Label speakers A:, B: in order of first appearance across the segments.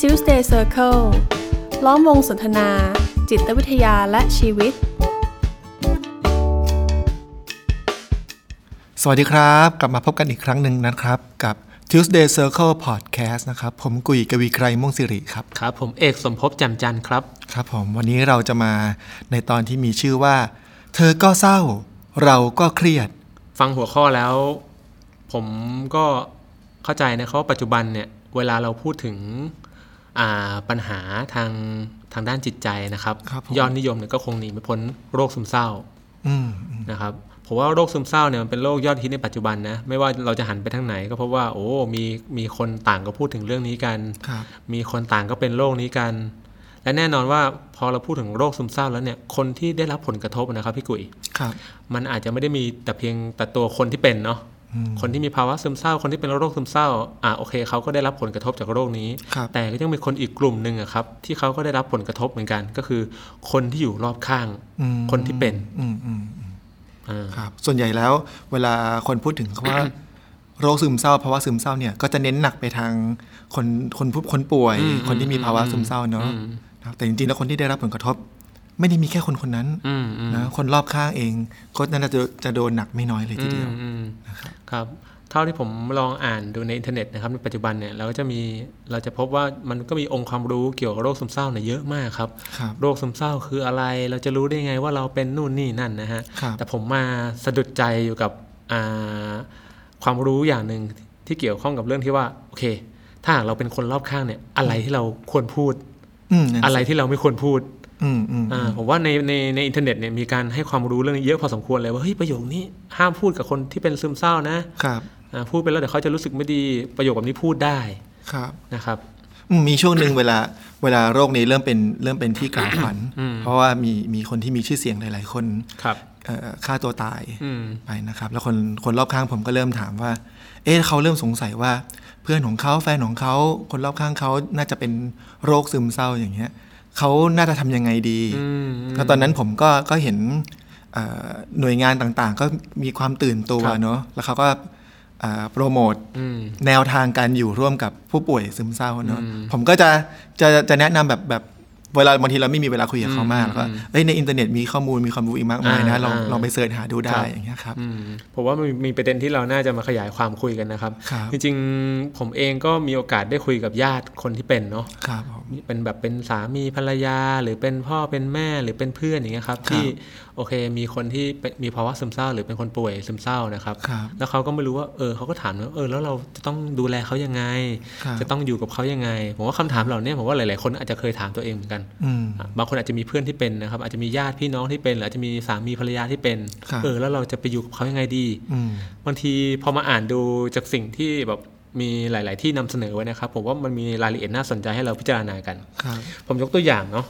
A: Tuesday Circle ล้อมวงสนทนา จิตวิทยาและชีวิต
B: สวัสดีครับ กลับมาพบกันอีกครั้งหนึ่งนะครับ กับ Tuesday Circle Podcast นะครับ ผมกุยกวีไกรม่วงสิริครับ
C: ครับผมเอกสมภพแจ่มจันทร์ครับ
B: ครับผมวันนี้เราจะมาในตอนที่มีชื่อว่า เธอก็เศร้า เราก็เครียด
C: ฟังหัวข้อแล้ว ผมก็เข้าใจนะครับว่าปัจจุบันเนี่ยเวลาเราพูดถึงอ่าปัญหาทางทางด้านจิตใจนะครับ
B: ครับผม
C: ยอดนิยมเนี่ยก็คงหนีไม่พ้นโรคซึมเศร้า
B: อืม
C: นะครับผมว่าโรคซึมเศร้าเนี่ยมันเป็นโรคยอดฮิตในปัจจุบันนะไม่ว่าเราจะหันไปทางไหน ก็เพราะว่าโอ้มีมีคนต่างก็พูดถึงเรื่องนี้กัน
B: ครับ
C: มีคนต่างก็เป็นโรคนี้กัน และแน่นอนว่าพอเราพูดถึงโรคซึมเศร้าแล้วเนี่ยคนที่ได้รับผลกระทบนะครับพี่กุย
B: ครับ
C: มันอาจจะไม่ได้มีแต่เพียงแต่ตัวคนที่เป็นเนาะ
B: อืม
C: คนที่มีภาวะซึมเศร้า คนที่เป็นโรคซึมเศร้า อ่ะโอเคเขาก็ได้รับผลกระทบจากโรคนี้
B: ครับ
C: แต่ก็ยังมีคนอีกกลุ่มหนึ่งอะครับที่เขาก็ได้รับผลกระทบเหมือนกัน ก็คือคนที่อยู่รอบข้าง
B: อืม
C: คนที่เป็น
B: อืมอืมอืม
C: อ่า
B: ครับส่วนใหญ่แล้ว เวลาคนพูดถึงคำว่า โรคซึมเศร้าภาวะซึมเศร้าเนี่ยก็จะเน้นหนักไปทางคนคนผู้คนป่วย คนที่มีภาวะซึมเศร้าเนาะนะครับแต่จริงๆแล้วคนที่ได้รับผลกระทบ ไม่ได้มีแค่คนคนนั้น
C: อืมอืม
B: นะคนรอบข้างเองก็น่าจะจะโดนหนักไม่น้อยเลยทีเดียว
C: อืมครับ เท่าที่ผมลองอ่านดูในอินเทอร์เน็ตนะครับในปัจจุบันเนี่ยเราก็จะมีเราจะพบว่ามันก็มีองค์ความรู้เกี่ยวกับโรคซึมเศร้าเนี่ยเยอะมากครับ
B: ครับ
C: โรคซึมเศร้าคืออะไร เราจะรู้ได้ไงว่าเราเป็นนู่นนี่นั่นนะฮะ
B: ครับ
C: แต่ผมมาสะดุดใจอยู่กับอ่าความรู้อย่างหนึ่งที่เกี่ยวข้องกับเรื่องที่ว่าโอเค ถ้าหากเราเป็นคนรอบข้างเนี่ยอะไรที่เราควรพูด
B: อืมนั่นสิ
C: อะไรที่เราไม่ควรพูด
B: อืมอืม
C: อ่าผมว่าในในในอินเทอร์เน็ตเนี่ยมีการให้ความรู้เรื่องนี้เยอะพอสมควรเลยว่าเฮ้ยประโยคนี้ห้ามพูดกับคนที่เป็นซึมเศร้านะครับอ่าพูดไปแล้วเดี๋ยวเขาจะรู้สึกไม่ดีประโยคแบบนี้พูดได้
B: ครับ
C: นะครับ
B: อืมมีช่วงหนึ่งเวลาเวลาโรคนี้เริ่มเป็นเริ่มเป็นที่กล่าวขวัญเพราะว่ามีมีคนที่มีชื่อเสียงหลาย ๆ คน
C: ครับ
B: เอ่อฆ่าตัวตาย
C: อืม
B: ไปนะครับ แล้วคนคนรอบข้างผมก็เริ่มถามว่า เอ๊ะเขาเริ่มสงสัยว่า เพื่อนของเขาแฟนของเขาคนรอบข้างเขาน่าจะเป็นโรคซึมเศร้าอย่างเงี้ยเขาน่าจะทำยังไงดี
C: อืม
B: แล้วตอนนั้นผมก็ก็เห็นเอ่อหน่วยงานต่างๆ ก็มีความตื่นตัว
C: ครับ
B: เนอะแล้วเขาก็เอ่อโปรโมท
C: อืม
B: แนวทางการอยู่ร่วมกับผู้ป่วยซึมเศร้าเนอะผมก็จะจะจะแนะนำแบบแบบเวลาบางทีเราไม่มีเวลาคุยกับเขามากแล้วก็เอ้ยในอินเทอร์เน็ตมีข้อมูลมีความรู้อีกมากมายนะล
C: อ่า
B: อง
C: อ่า
B: ลองไปเสิร์ชหาดูได้
C: ครับ
B: อย่างเงี้ยครับ
C: อืมผมว่ามันมีประเด็นที่เราน่าจะมาขยายความคุยกันนะครับ
B: ครับ
C: จริงๆ ผมเองก็มีโอกาสได้คุยกับญาติคนที่เป็นเนาะ
B: ครับผม
C: เป็นแบบเป็นสามีภรรยา หรือเป็นพ่อเป็นแม่หรือเป็นเพื่อนอย่างเงี้ยครับ
B: ครับ
C: ที่โอเคมีคนที่เป็นมีภาวะซึมเศร้า หรือเป็นคนป่วยซึมเศร้านะครับ
B: ครับ
C: แล้วเขาก็ไม่รู้ว่าเออเขาก็ถามว่าเออแล้วเราจะต้องดูแลเขายังไง
B: ครับ
C: จะต้องอยู่กับเขายังไง ผมว่าคำถามเหล่านี้ผมว่าหลายๆคนอาจจะเคยถามตัวเองเหมือนกัน
B: อืม
C: อ่ะบางคนอาจจะมีเพื่อนที่เป็นนะครับอาจจะมีญาติพี่น้องที่เป็นหรืออาจจะมีสามีภรรยาที่เป็น
B: ครับ
C: เออแล้วเราจะไปอยู่กับเขายังไงดี
B: อืม
C: บางทีพอมาอ่านดูจากสิ่งที่แบบมีหลาย ๆ ที่นำเสนอไว้นะครับ ผมว่ามันมีรายละเอียดน่าสนใจให้เราพิจารณากัน
B: ครับ
C: ผมยกตัวอย่างเนาะ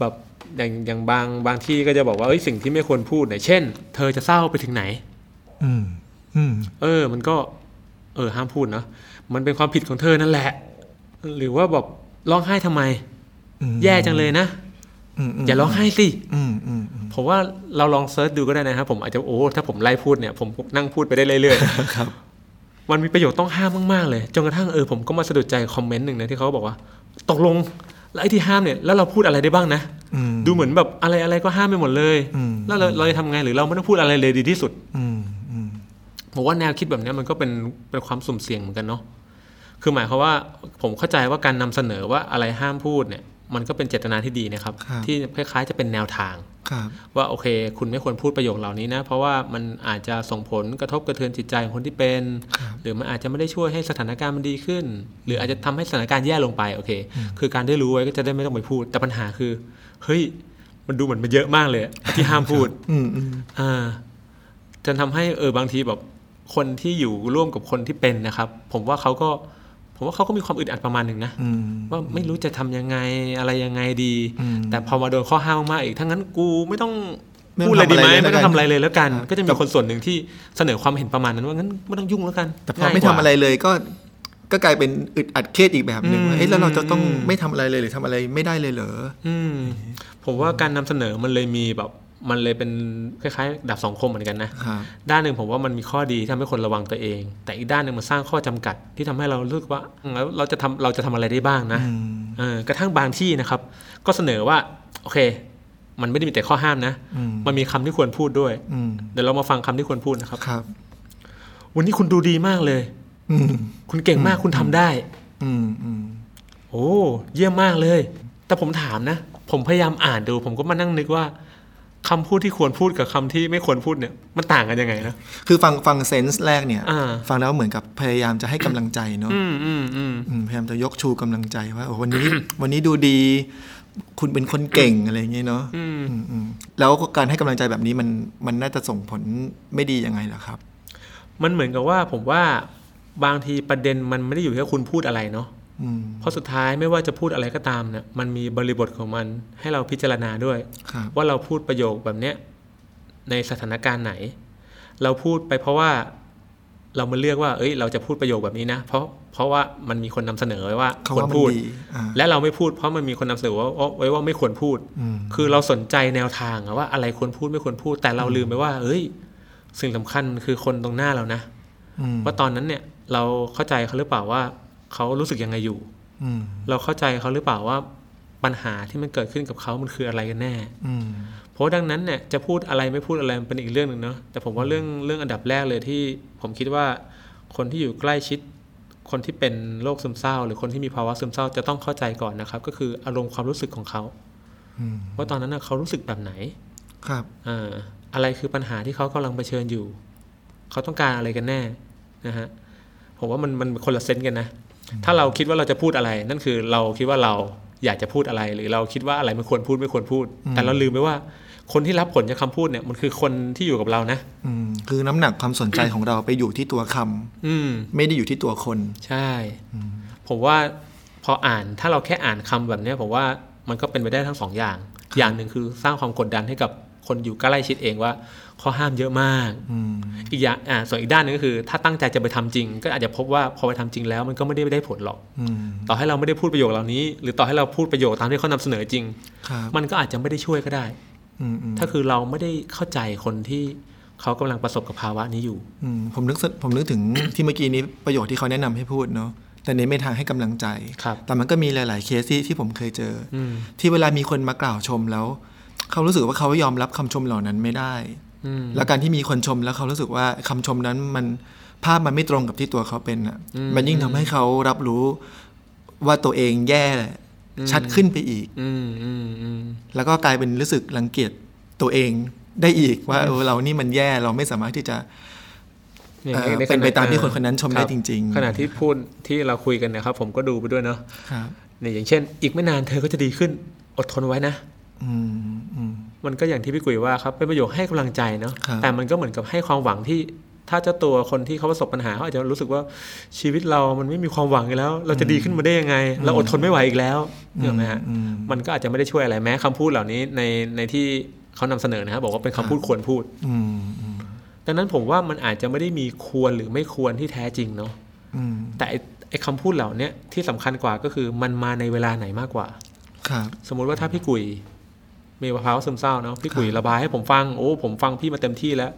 C: แบบอย่างอย่างบางบางที่ก็จะบอกว่าเอ้ยสิ่งที่ไม่ควรพูดเนี่ยเช่น เธอจะเศร้าไปถึงไหน
B: อืมอืม
C: เออ มันก็ เออ ห้ามพูดเนาะมันเป็นความผิดของเธอนั่นแหละ หรือว่าแบบร้องไห้ทำไม
B: อืม
C: แย่จังเลยนะ
B: อืมม
C: อย่าร้องไห้สิ
B: อืมอืมอืม
C: ผมว่าเราลองเซิร์ชดูก็ได้นะครับผมอาจจะโอ้ถ้าผมไล่พูดเนี่ยผมนั่งพูดไปได้เรื่อย
B: ครับ
C: ๆ มันมีประโยชน์ต้องห้ามมากๆเลยจนกระทั่งเออผมก็มาสะดุดใจคอมเมนต์หนึ่งนะที่เขาบอกว่า ตกลงแล้วไอ้ที่ห้ามเนี่ยแล้วเราพูดอะไรได้บ้างนะ
B: อืม
C: ดูเหมือนแบบอะไรอะไรก็ห้ามไปหมดเลย
B: อืม
C: แล้วเราเราจะทำไงหรือเราไม่ต้องพูดอะไรเลยดีที่สุด
B: อืมอืม
C: ผมว่าแนวคิดแบบเนี้ยมันก็เป็นเป็นความสุ่มเสี่ยงเหมือนกันเนาะ คือหมายความว่าผมเข้าใจว่าการนำเสนอว่าอะไรห้ามพูดเนี่ย มันก็เป็นเจตนาที่ดีนะครับ
B: ครับ
C: ที่คล้ายๆจะเป็นแนวทาง
B: ครับ
C: ว่าโอเค คุณไม่ควรพูดประโยคเหล่านี้นะ เพราะว่ามันอาจจะส่งผลกระทบกระเทือนจิตใจของคนที่เป็น
B: ครับ
C: หรือมันอาจจะไม่ได้ช่วยให้สถานการณ์มันดีขึ้น หรืออาจจะทำให้สถานการณ์แย่ลงไปโอเค คือการได้รู้ไว้ก็จะได้ไม่ต้องไปพูด แต่ปัญหาคือ เฮ้ย มันดูเหมือนมันเยอะมากเลยอะที่ห้ามพูด
B: อืมอืม
C: อ่าจนทำให้เออบางทีแบบคนที่อยู่ร่วมกับคนที่เป็นนะครับ ผมว่าเขาก็ผมว่าเขาก็มีความอึดอัดประมาณหนึ่งนะ
B: อืม
C: ว่าไม่รู้จะทำยังไงอะไรยังไงดี
B: อืม
C: แต่พอมาโดนข้อห้ามมากๆอีกทั้างนั้นกูไม่ต้อง
B: ไม่ต้
C: พู
B: อง
C: ดอะไรดีไหม
B: ทำอะไรเลย
C: ไม่ต้องทำอะไรเลยแล้วกัน
B: ครับ
C: ก็จะมีคนส่วนหนึ่งที่เสนอความเห็นประมาณนั้นว่างั้นไม่ต้องยุ่งแล้วกัน
B: แต่พอ
C: ง่าย
B: ไม่
C: ก
B: ทำ
C: ว่า
B: อะไรเลยก็ก็กลายเป็นอึดอัดเครียดอีกแบบหนึ่งว่าเอ๊ะแล้วเราจะต้องไม่ทำอะไรเลยหรือทำอะไรไม่ได้เลยเหรอ
C: อืมผมว่าการนำเสนอมันเลยมีแบบ มันเลยเป็นคล้ายๆดาบสองคมเหมือนกันนะ
B: ครับ
C: ด้านหนึ่งผมว่ามันมีข้อดีที่ทำให้คนระวังตัวเอง แต่อีกด้านหนึ่งมันสร้างข้อจำกัดที่ทำให้เรารู้สึกว่าอืมแล้วเราจะทำเราจะทำอะไรได้บ้างนะ
B: อืม
C: เออกระทั่งบางที่นะครับ ก็เสนอว่าโอเค มันไม่ได้มีแต่ข้อห้ามนะ
B: อืม
C: มันมีคำที่ควรพูดด้วย
B: อืม
C: เดี๋ยวเรามาฟังคำที่ควรพูดนะครับ
B: ครับ
C: วันนี้คุณดูดีมากเลย
B: อืม
C: คุณเก่งมากคุณทำได้
B: อืมอืม
C: โอ้เยี่ยมมากเลย แต่ผมถามนะ ผมพยายามอ่านดู ผมก็มานั่งนึกว่าคำพูดที่ควรพูดกับคำที่ไม่ควรพูดเนี่ย มันต่างกันยังไงนะ
B: คือฟังฟังเซนส์แรกเนี่ย
C: อ่า
B: ฟังแล้วเหมือนกับพยายามจะให้กำลังใจเนาะ
C: อืมอืมอืม
B: อืมพยายามจะยกชูกำลังใจว่าโอ้วันนี้ วันนี้ดูดี คุณเป็นคนเก่งอะไรอย่างเงี้ยเนาะ
C: อืม
B: อืมอืมแล้วการให้กำลังใจแบบนี้มันมันน่าจะส่งผลไม่ดียังไงล่ะครับ
C: มันเหมือนกับว่าผมว่าบางทีประเด็นมันไม่ได้อยู่ที่ว่าคุณพูดอะไรเนาะ
B: อืม
C: เพราะสุดท้ายไม่ว่าจะพูดอะไรก็ตามเนี่ย มันมีบริบทของมันให้เราพิจารณาด้วย
B: ครับ
C: ว่าเราพูดประโยคแบบเนี้ยในสถานการณ์ไหน เราพูดไปเพราะว่าเรามาเลือกว่า เอ้ย เราจะพูดประโยคแบบนี้นะ เพราะเพราะว่ามันมีคนนำเสนอไว้ว่า
B: เขา
C: ควร
B: ว่ามัน
C: พูด
B: ดีอ่า
C: และเราไม่พูดเพราะมันมีคนนำเสนอว่าว่าไว้ว่าไม่ควรพูด
B: อืม
C: คือเราสนใจแนวทางอะว่าอะไรควรพูดไม่ควรพูด แต่เราลืมไปว่า เอ้ย สิ่งสำคัญคือคนตรงหน้าเรานะ
B: อืม
C: ว่าตอนนั้นเนี่ยเราเข้าใจเขาหรือเปล่าว่าเขารู้สึกยังไงอยู่
B: อืม
C: เราเข้าใจเขาหรือเปล่าว่าปัญหาที่มันเกิดขึ้นกับเขามันคืออะไรกันแน่
B: อืม
C: เพราะดังนั้นเนี่ยจะพูดอะไรไม่พูดอะไรมันเป็นอีกเรื่องหนึ่งเนาะแต่ผมว่าเรื่องเรื่องอันดับแรกเลยที่ผมคิดว่าคนที่อยู่ใกล้ชิด คนที่เป็นโรคซึมเศร้า หรือคนที่มีภาวะซึมเศร้าจะต้องเข้าใจก่อนนะครับ ก็คืออารมณ์ความรู้สึกของเขา
B: อืม
C: ว่าตอนนั้นน่ะเขารู้สึกแบบไหน
B: ครับ
C: อ่าอะไรคือปัญหาที่เขากำลังเผชิญอยู่ เขาต้องการอะไรกันแน่นะฮะผมว่ามันมันคนละเซนส์กันนะ ถ้าเราคิดว่าเราจะพูดอะไร นั่นคือเราคิดว่าเราอยากจะพูดอะไร หรือเราคิดว่าอะไรไม่ควรพูดไม่ควรพูด แต่เราลืมไปว่า คนที่รับผลจากคำพูดเนี่ยมันคือคนที่อยู่กับเรานะ
B: อืมคือน้ำหนักความสนใจของเราไปอยู่ที่ตัวคำ
C: อืม
B: ไม่ได้อยู่ที่ตัวคน
C: ใช่ ผมว่าพออ่านถ้าเราแค่อ่านคำแบบเนี้ยผมว่ามันก็เป็นไปได้ทั้งสองอย่าง อย่างหนึ่งคือสร้างความกดดันให้กับคนอยู่ใกล้ชิดเองว่าข้อห้ามเยอะมาก
B: อืม
C: อีกอย่างอ่าส่วนอีกด้านหนึงก็คือ ถ้าตั้งใจจะไปทำจริง ก็อาจจะพบว่าพอไปทำจริงแล้วมันก็ไม่ได้ได้ผลหรอก
B: อืม
C: ต่อให้เราไม่ได้พูดประโยคเหล่านี้ หรือต่อให้เราพูดประโยคตามที่เขานำเสนอจริง
B: ครับ
C: มันก็อาจจะไม่ได้ช่วยก็ได้
B: อืมอืม
C: ถ้าคือเราไม่ได้เข้าใจคนที่เขากำลังประสบกับภาวะนี้อยู่
B: อืมผมนึกสผมนึกถึง ที่เมื่อกี้นี้ประโยชน์ที่เขาแนะนำให้พูดเนาะแต่เน้นไปทางให้กำลังใจ
C: ครับ
B: แต่มันก็มีหลาย ๆ เคสที่ที่ผมเคยเจออ
C: อืม
B: ที่เวลามีคนมากล่าวชมแล้ว เขารู้สึกว่าเขายอมรับคำชมเหล่านั้นไม่ได้
C: อืม
B: แล้วการที่มีคนชมแล้วเขารู้สึกว่าคำชมนั้นมันภาพมันไม่ตรงกับที่ตัวเขาเป็นอ่ะมันยิ่งทำให้เขารับรู้ว่าตัวเองแย่ชัดขึ้นไปอีก
C: อืมอืมอืม
B: แล้วก็กลายเป็นรู้สึกรังเกียจตัวเองได้อีกว่าเออเรานี่มันแย่เราไม่สามารถที่จะ
C: เนี่ย
B: เอ่อ
C: ใขณะ
B: เป็นไปตามที่คน
C: เออ
B: คนนั้นชม
C: รับ
B: ได้จริงๆ
C: ขณะที่พูดที่เราคุยกันเนะครับ ผมก็ดูไปด้วยเนาะ
B: ครับ
C: เนี่ยอย่างเช่น อีกไม่นานเธอก็จะดีขึ้น อดทนไว้นะ
B: อืมอืม
C: มันก็อย่างที่พี่กุยว่าครับเป็นประโยคให้กำลังใจเนาะ
B: ครับ
C: แต่มันก็เหมือนกับให้ความหวังที่ถ้าเจ้าตัวคนที่เขาประสบปัญหาเขาอาจจะรู้สึกว่าชีวิตเรามันไม่มีความหวังอีกแล้ว เราจะดีขึ้นมาได้ยังไง เราอดทนไม่ไหวอีกแล้วเห็นไหมฮะ
B: อืม
C: มันก็อาจจะไม่ได้ช่วยอะไรแม้คำพูดเหล่านี้ในในที่เขานำเสนอนะครับบอกว่าเป็นคำพูดควรพูด
B: อืมอืม
C: ดังนั้นผมว่ามันอาจจะไม่ได้มีควรหรือไม่ควรที่แท้จริงเนาะ
B: อืม
C: แต่ไอ้ไอ้คำพูดเหล่าเนี้ยที่สำคัญกว่าก็คือมันมาในเวลาไหนมากกว่า
B: ครับ
C: สมมุติว่าถ้าพี่กุยมีภาวะซึมเศร้าเนาะพี่กุยระบายให้ผมฟังโอ้ผมฟังพี่มาเต็มที่แล้ว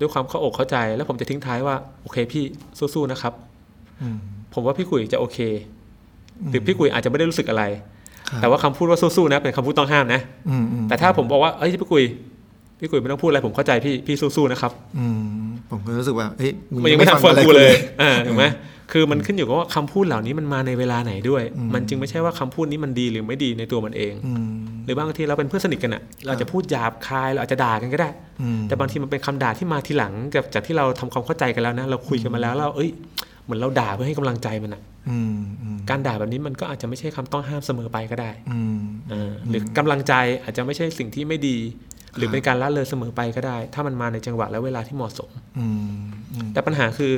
C: ด้วยความเข้าอกเข้าใจแล้วผมจะทิ้งท้ายว่าโอเคพี่สู้ๆนะครับ
B: อืม
C: ผมว่าพี่กุยจะโอเค หรือพี่กุยอาจจะไม่ได้รู้สึกอะไร
B: ครับ
C: แต่ว่าคำพูดว่าสู้ๆนะเป็นคำพูดต้องห้ามนะ
B: อืมอืม
C: แต่ถ้าผมบอกว่าเอ้ยพี่กุยพี่กุยไม่ต้องพูดอะไรผมเข้าใจพี่พี่สู้ๆนะครับ
B: อืมผมก็รู้สึกว่าเอ้ย
C: มันยังไม่ทำเฟิร์มกูเลยอ่าถูกไหมคือมันขึ้นอยู่กับว่าคำพูดเหล่านี้มันมาในเวลาไหนด้วย มันจึงไม่ใช่ว่าคำพูดนี้มันดีหรือไม่ดีในตัวมันเอง
B: อืม
C: หรือบางทีเราเป็นเพื่อนสนิทกันอะเราจะพูดหยาบคาย เราอาจจะด่ากันก็ได้
B: อืม
C: แต่บางทีมันเป็นคำด่าที่มาทีหลังจากจากที่เราทำความเข้าใจกันแล้วนะ เราคุยกันมาแล้วเราเอ้ย เหมือนเราด่าเพื่อให้กำลังใจมันอะ
B: อืมอืม
C: การด่าแบบนี้มันก็อาจจะไม่ใช่คำต้องห้ามเสมอไปก็ได้
B: อืม
C: อ่าหรือกำลังใจอาจจะไม่ใช่สิ่งที่ไม่ดี หรือเป็นการละเลยเสมอไปก็ได้ ถ้ามันมาในจังหวะและเวลาที่เหมาะสม
B: อืมอืม
C: แต่ปัญหาคือ